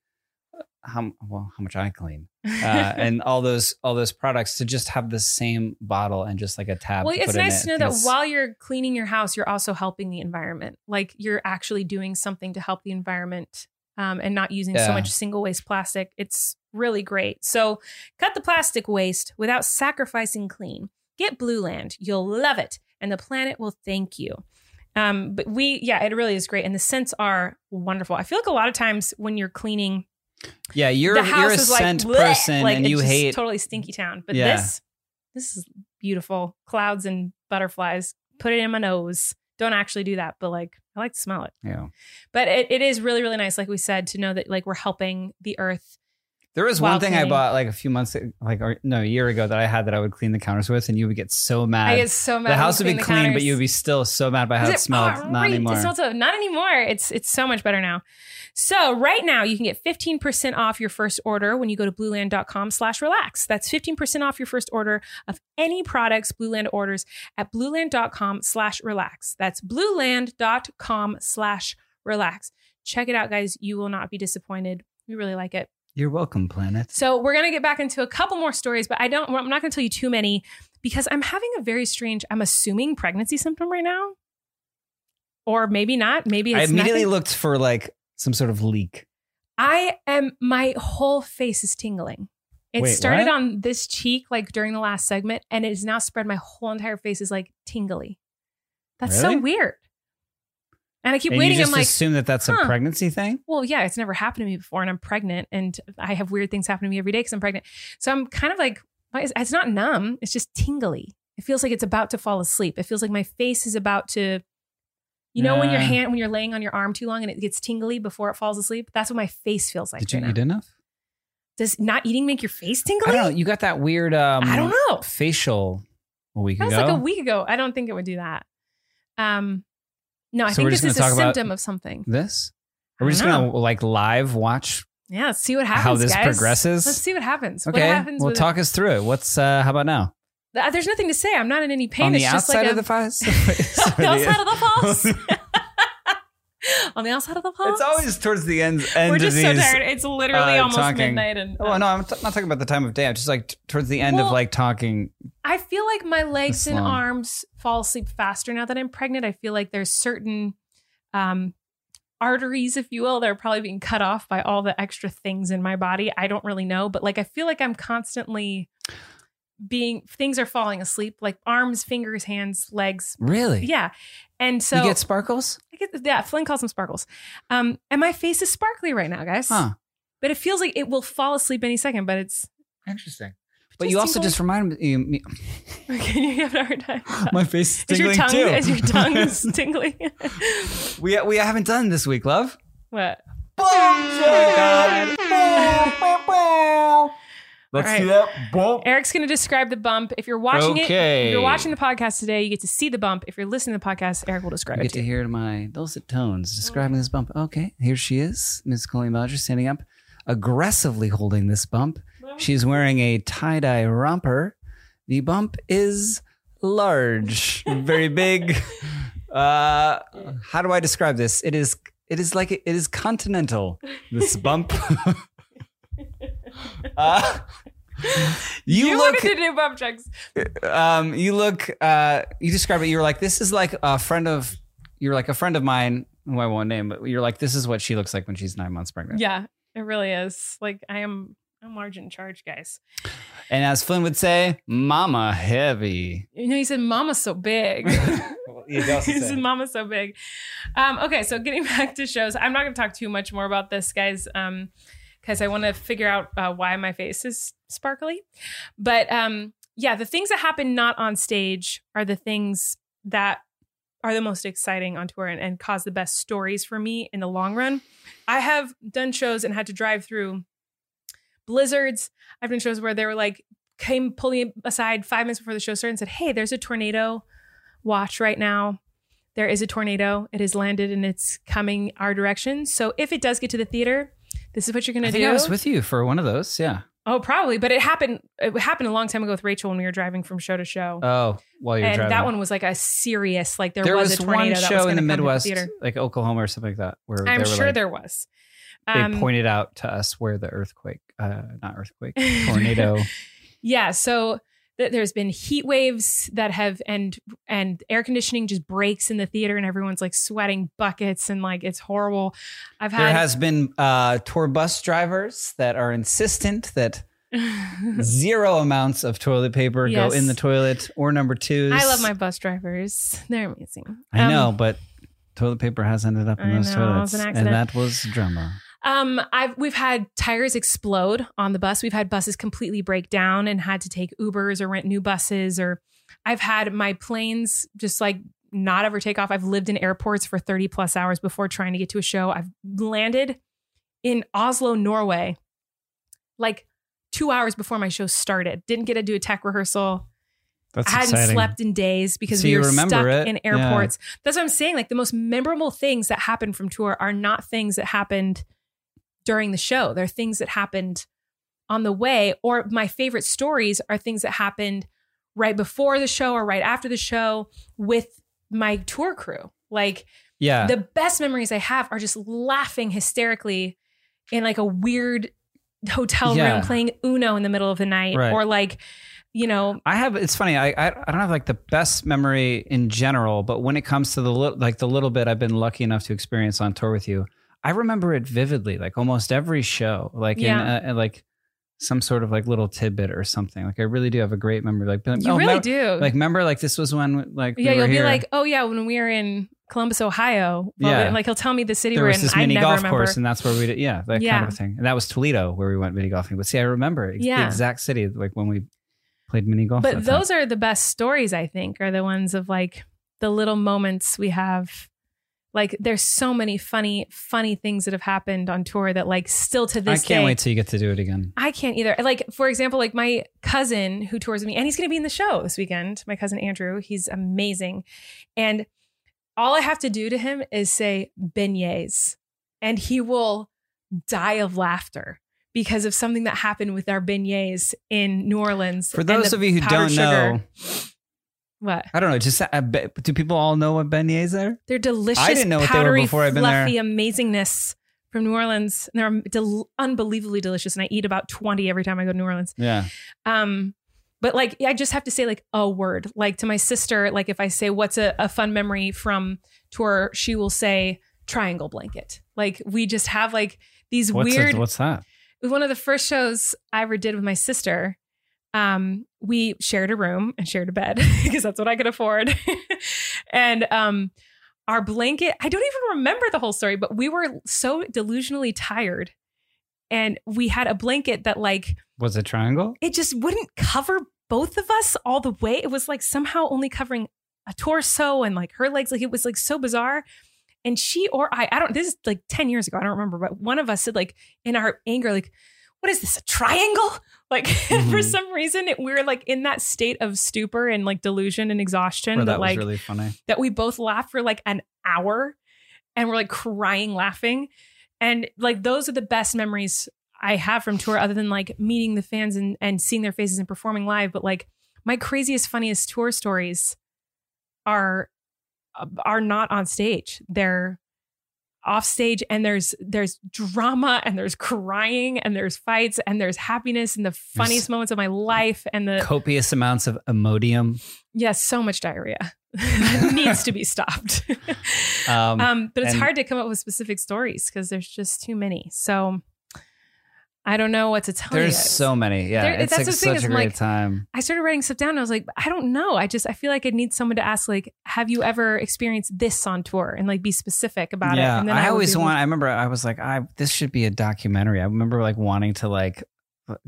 B: how well how much I clean uh,
A: [LAUGHS]
B: and all those all those products to just have the same bottle and just like a tab.
A: Well,
B: to
A: it's
B: put in
A: nice
B: it.
A: to know
B: I think
A: that
B: it's-
A: while you're cleaning your house, you're also helping the environment. Like you're actually doing something to help the environment um, and not using
B: Yeah.
A: so much single waste plastic. It's really great. So cut the plastic waste without sacrificing clean. Get Blue Land. You'll love it, and the planet will thank you. Um, but we, yeah, it really is great. And the scents are wonderful. I feel like a lot of times when you're cleaning,
B: yeah, you're
A: the
B: you're
A: house
B: a
A: is like,
B: scent
A: bleh,
B: person
A: like,
B: and
A: it's
B: you
A: just
B: hate
A: totally stinky town. But
B: Yeah.
A: this, this is beautiful. Clouds and butterflies. Put it in my nose. Don't actually do that, but like I like to smell it.
B: you know.
A: But it, it is really really nice, like we said, to know that like we're helping the earth.
B: There was
A: While
B: one thing I
A: cleaning.
B: bought like a few months like or, no a year ago that I had that I would clean the counters with, and you would get so mad.
A: I get so mad.
B: the
A: when
B: house would
A: you
B: be
A: clean the
B: clean, but
A: counters.
B: you would be still so mad by how
A: Is
B: it,
A: it-
B: smelled.
A: oh,
B: Not
A: right.
B: anymore.
A: It smells so- not anymore. It's it's so much better now. So right now you can get 15% off your first order when you go to blueland.com slash relax. That's 15% off your first order of any products Blue Land orders at blueland.com slash relax. That's blueland.com slash relax. Check it out, guys. You will not be disappointed. We really like it.
B: You're welcome, planet.
A: So we're gonna get back into a couple more stories, but I don't I'm not gonna tell you too many because I'm having a very strange, I'm assuming pregnancy symptom right now. or maybe not. Maybe
B: I
A: it's
B: immediately
A: nothing.
B: looked for like some sort of leak.
A: I am. My whole face is tingling. It
B: Wait,
A: started
B: what?
A: on this cheek, like during the last segment, and it is now spread. My whole entire face is like tingly. That's
B: Really?
A: so weird. And I keep
B: and
A: waiting.
B: you
A: I'm
B: just
A: like,
B: assume that that's
A: huh.
B: a pregnancy thing.
A: well, yeah, it's never happened to me before, and I'm pregnant, and I have weird things happen to me every day because I'm pregnant. So I'm kind of like, why is, it's not numb, it's just tingly. It feels like it's about to fall asleep. It feels like my face is about to, you know, when your
B: Yeah.
A: hand, when you're laying on your arm too long and it gets tingly before it falls asleep. That's what my face feels like.
B: Did you
A: right
B: eat
A: now.
B: enough?
A: Does not eating make your face tingly?
B: I don't know. You got that weird. Um,
A: I don't know.
B: Facial a week
A: That was
B: ago.
A: like a week ago. I don't think it would do that. Um, no, I
B: So
A: think
B: we're
A: this
B: just
A: is
B: gonna
A: a
B: talk about-
A: symptom of something.
B: This.
A: I
B: Are we
A: don't
B: just
A: know.
B: gonna like live watch
A: Yeah, let's see what happens.
B: how this
A: guys.
B: progresses?
A: Let's see what happens.
B: okay.
A: What happens?
B: well,
A: with-
B: talk us through it. What's uh, how about now?
A: Uh, There's nothing to say. I'm not in any pain.
B: On
A: it's
B: the
A: just
B: outside of
A: like a,
B: the false.
A: on [LAUGHS] the outside
B: [LAUGHS]
A: of the false. [LAUGHS] on the outside of the false.
B: It's always towards the end. end
A: We're just
B: of
A: so
B: these.
A: tired. It's literally
B: uh,
A: almost
B: talking.
A: midnight, and
B: Oh no, I'm t- not talking about the time of day. I'm just like t- towards the end
A: Well-
B: of like talking.
A: I feel like my legs
B: It's
A: and
B: long.
A: arms fall asleep faster now that I'm pregnant. I feel like there's certain um, arteries, if you will, that are probably being cut off by all the extra things in my body. I don't really know, but like I feel like I'm constantly being things are falling asleep, like arms, fingers, hands, legs.
B: Really?
A: Yeah, and so
B: you get sparkles?
A: I get, yeah, Flynn calls them sparkles. Um, and my face is sparkly right now, guys.
B: Huh.
A: But it feels like it will fall asleep any second. But it's [LAUGHS]
B: Interesting. But
A: Just
B: you also
A: tingling.
B: just reminded me. me- [LAUGHS]
A: okay. You have a hard time.
B: My face is
A: Is your
B: tingling
A: tongue
B: too. [LAUGHS]
A: is your tongue tingling? [LAUGHS]
B: we we haven't done this week, love.
A: what?
B: Oh God! Let's
A: All
B: see that bump.
A: [LAUGHS] Eric's going to describe the bump. If you're watching it,
B: Okay.
A: if you're watching the podcast today, you get to see the bump. If you're listening to the podcast, Eric will describe
B: You
A: it
B: get
A: to
B: to
A: you. Oh.
B: hear my dulcet tones describing this bump. Okay, here she is, Miss Colleen Rogers, standing up, aggressively holding this bump. She's wearing a tie dye romper. The bump is large,
A: [LAUGHS]
B: very big. Uh, how do I describe this? It is. It is like it is continental. This
A: [LAUGHS]
B: bump. [LAUGHS] Uh, you,
A: You,
B: look.
A: wanted to do bump checks.
B: Um, you look. Uh, you describe it. You were like, this is like a friend of. You're like a friend of mine who I won't name, but you're like, this is what she looks like when she's nine months pregnant.
A: Yeah, it really is. Like I am, I'm large in charge, guys.
B: And as Flynn would say, "Mama heavy."
A: You know, he said, "Mama's so big."
B: [LAUGHS]
A: [LAUGHS] He said, "Mama's so big." Um, okay, so getting [LAUGHS] back to shows, I'm not going to talk too much more about this, guys, um, because I want to figure out uh, why my face is sparkly. But um, yeah, the things that happen not on stage are the things that are the most exciting on tour and, and cause the best stories for me in the long run. I have done shows and had to drive through blizzards. I've done shows where they were like came pulling aside five minutes before the show started and said, "Hey, there's a tornado watch right now. There is a tornado. It has landed and it's coming our direction. So if it does get to the theater, this is what you're
B: I
A: gonna
B: think
A: do."
B: I was with you for one of those. Yeah.
A: oh, probably, but it happened. It happened a long time ago with Rachel when we were driving from show to show.
B: Oh, while you're
A: and
B: driving.
A: that one was like a serious, like there,
B: There
A: was,
B: was
A: a tornado
B: one
A: that was
B: show in
A: gonna
B: the
A: come to
B: Midwest,
A: theater.
B: like Oklahoma or something like that, where they
A: I'm
B: were
A: sure
B: like-
A: there was. Um,
B: they pointed out to us where the earthquake, uh, not
A: [LAUGHS]
B: earthquake, tornado.
A: Yeah, so th- there's been heat waves that have and and air conditioning just breaks in the theater and everyone's like sweating buckets and like it's horrible. I've
B: there
A: had
B: has been uh, tour bus drivers that are insistent that zero amounts of toilet paper
A: Yes.
B: go in the toilet or number twos.
A: [LAUGHS] I love my bus drivers. They're amazing.
B: I
A: Um,
B: know, but toilet paper has ended up in
A: I
B: those
A: know, it was
B: toilets,
A: an
B: and
A: accident.
B: that was drama.
A: Um, I've we've had tires explode on the bus. We've had buses completely break down and had to take Ubers or rent new buses. Or I've had my planes just like not ever take off. I've lived in airports for thirty plus hours before trying to get to a show. I've landed in Oslo, Norway, like two hours before my show started. Didn't get to do a tech rehearsal.
B: That's
A: I hadn't slept in days because
B: So
A: we
B: you
A: were
B: remember
A: stuck
B: it,
A: in
B: yeah.
A: airports. That's what I'm saying. Like the most memorable things that happened from tour are not things that happened during the show. They're things that happened on the way, or my favorite stories are things that happened right before the show or right after the show with my tour crew. Like
B: Yeah,
A: the best memories I have are just laughing hysterically in like a weird hotel
B: Yeah.
A: room playing Uno in the middle of the night
B: Right.
A: or like you know,
B: I have. It's funny. I, I I don't have like the best memory in general, but when it comes to the lit- like the little bit I've been lucky enough to experience on tour with you, I remember it vividly. Like almost every show, like in
A: Yeah.
B: uh, like some sort of like little tidbit or something. Like I really do have a great memory. Like
A: you really do.
B: Oh, Like remember, like this was when like we
A: yeah,
B: were
A: you'll
B: here,
A: be like, oh yeah, when we were in Columbus, Ohio. well,
B: Yeah.
A: then, like he'll tell me the city
B: there
A: we're
B: was
A: in.
B: this
A: I
B: mini
A: never
B: golf
A: remember.
B: course, and that's where we did. Yeah, that kind
A: Yeah.
B: of a thing. And that was Toledo where we went mini golfing. But see, I remember ex- the
A: Yeah.
B: exact city like when we played mini golf. that
A: but
B: time.
A: those are the best stories, I think, are the ones of like the little moments we have. Like there's so many funny, funny things that have happened on tour that like still to
B: I
A: this
B: can't
A: day.
B: wait till you get to do it again.
A: I can't either. Like, for example, like my cousin who tours with me, and he's going to be in the show this weekend. My cousin Andrew, he's amazing. And all I have to do to him is say beignets, and he will die of laughter because of something that happened with our beignets in New Orleans.
B: For
A: and
B: those
A: the
B: of you who
A: powdered
B: don't know,
A: sugar. what
B: I don't know. Just I bet, do people all know what beignets are?
A: they're delicious,
B: didn't know what they were
A: powdery,
B: before I've been there.
A: fluffy amazingness from New Orleans. And they're del- unbelievably delicious, and I eat about twenty every time I go to New Orleans.
B: Yeah,
A: Um, but like I just have to say like a word. Like to my sister, like if I say what's a, a fun memory from tour, she will say triangle blanket. Like we just have like these
B: what's
A: weird
B: It, what's that?
A: it was one of the first shows I ever did with my sister. Um, we shared a room and shared a bed [LAUGHS] because that's what I could afford. [LAUGHS] and um, our blanket, I don't even remember the whole story, but we were so delusionally tired. And we had a blanket that like
B: Was it triangle?
A: it just wouldn't cover both of us all the way. It was like somehow only covering a torso and like her legs. Like it was like so bizarre. And she or I, I don't, this is like 10 years ago. I don't remember, but one of us said, like, in our anger, like, what is this, a triangle? [LAUGHS] Like, for
B: Mhm.
A: some reason, it, we were like in that state of stupor and like delusion and exhaustion
B: Or
A: that,
B: that was
A: like,
B: really funny.
A: that we both laughed for like an hour and we're like crying laughing and like those are the best memories i have from tour other than like meeting the fans and, and seeing their faces and performing live but like my craziest funniest tour stories are uh, are not on stage they're off stage and there's there's drama and there's crying and there's fights and there's happiness and the funniest moments of my life and the
B: Copious amounts of Imodium.
A: Yes, so much diarrhea
B: [LAUGHS]
A: [LAUGHS] that needs to be stopped.
B: Um,
A: um, but it's
B: and-
A: hard to come up with specific stories because there's just too many. So I don't know what to tell you.
B: there's
A: guys.
B: so many. Yeah,
A: Oh, There-
B: it's
A: that's
B: like
A: the thing
B: such
A: is,
B: a great
A: like,
B: time.
A: I started writing stuff down. And I was like, I don't know. I just I feel like I need someone to ask, like, have you ever experienced this on tour and like be specific about
B: yeah,
A: it? And
B: I,
A: would
B: always
A: be like-
B: want. I remember I was like, I this should be a documentary. I remember like wanting to like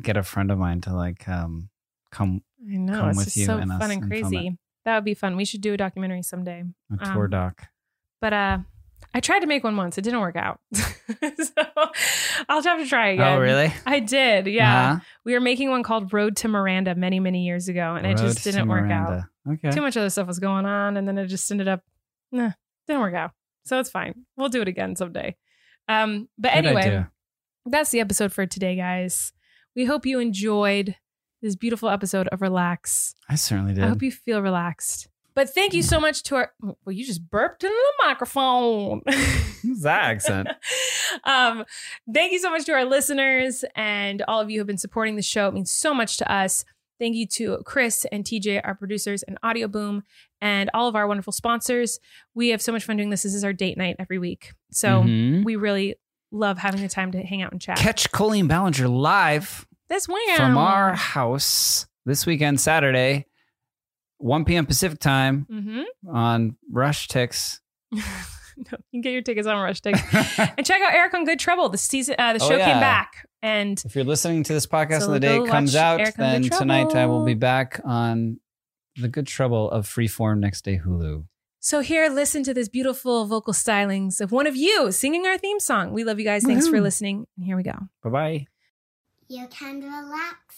B: get a friend of mine to like um come
A: I know
B: come
A: it's
B: with you
A: just so
B: and us
A: fun and
B: and film
A: crazy. that would be fun. We should do a documentary someday.
B: a tour
A: Um,
B: doc.
A: But uh, I tried to make one once. It didn't work out. [LAUGHS] so I'll have to try again.
B: Oh really?
A: I did. Yeah.
B: Uh-huh.
A: We were making one called Road to Miranda many, many years ago, and it
B: Road
A: just
B: to
A: didn't work out.
B: Miranda. Okay.
A: Too much other stuff was going on, and then it just ended up, nah, didn't work out. So it's fine. We'll do it again someday. Um, but
B: Good
A: anyway,
B: idea.
A: that's the episode for today, guys. We hope you enjoyed this beautiful episode of Relax.
B: I certainly did.
A: I hope you feel relaxed. But thank
B: Mm.
A: you so much to our. Well, you just burped into the microphone. [LAUGHS]
B: Who's that accent?
A: um, thank you so much to our listeners and all of you who have been supporting the show. It means so much to us. Thank you to Chris and TJ, our producers, and Audio Boom, and all of our wonderful sponsors. We have so much fun doing this. This is our date night every week. [LAUGHS] So
B: Mhm.
A: we really love having the time to hang out and chat.
B: catch Colleen Ballinger live
A: this weekend.
B: from our house this weekend, Saturday, 1 p.m. Pacific time
A: hmm
B: on Rush Ticks.
A: [LAUGHS]
B: [LAUGHS]
A: no, you can get your tickets on Rush Tickets. and check out Eric on Good Trouble. The season, uh, the
B: Oh,
A: show
B: yeah.
A: came back, and
B: if you're listening to this podcast
A: So
B: on the day
A: go
B: it comes
A: watch
B: out,
A: Eric on
B: then
A: Good
B: tonight I will be
A: Trouble.
B: back on the good trouble of Freeform Next Day Hulu.
A: so here, listen to this beautiful vocal stylings of one of you singing our theme song. We love you guys. Thanks for
B: Woohoo.
A: listening. And here we go.
B: Bye bye.
C: You can relax.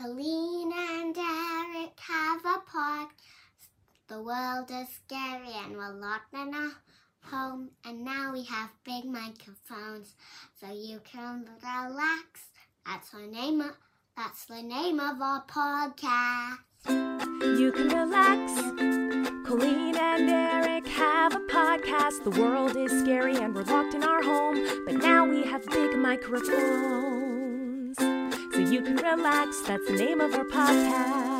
C: Colleen and Eric have a pod. The world is scary and we're locked in a home. And now we have big microphones. So you can relax. That's the name of, that's the name of our podcast.
D: You can relax. Colleen and Eric have a podcast. The world is scary and we're locked in our home, but now we have big microphones. So you can relax. That's the name of our podcast.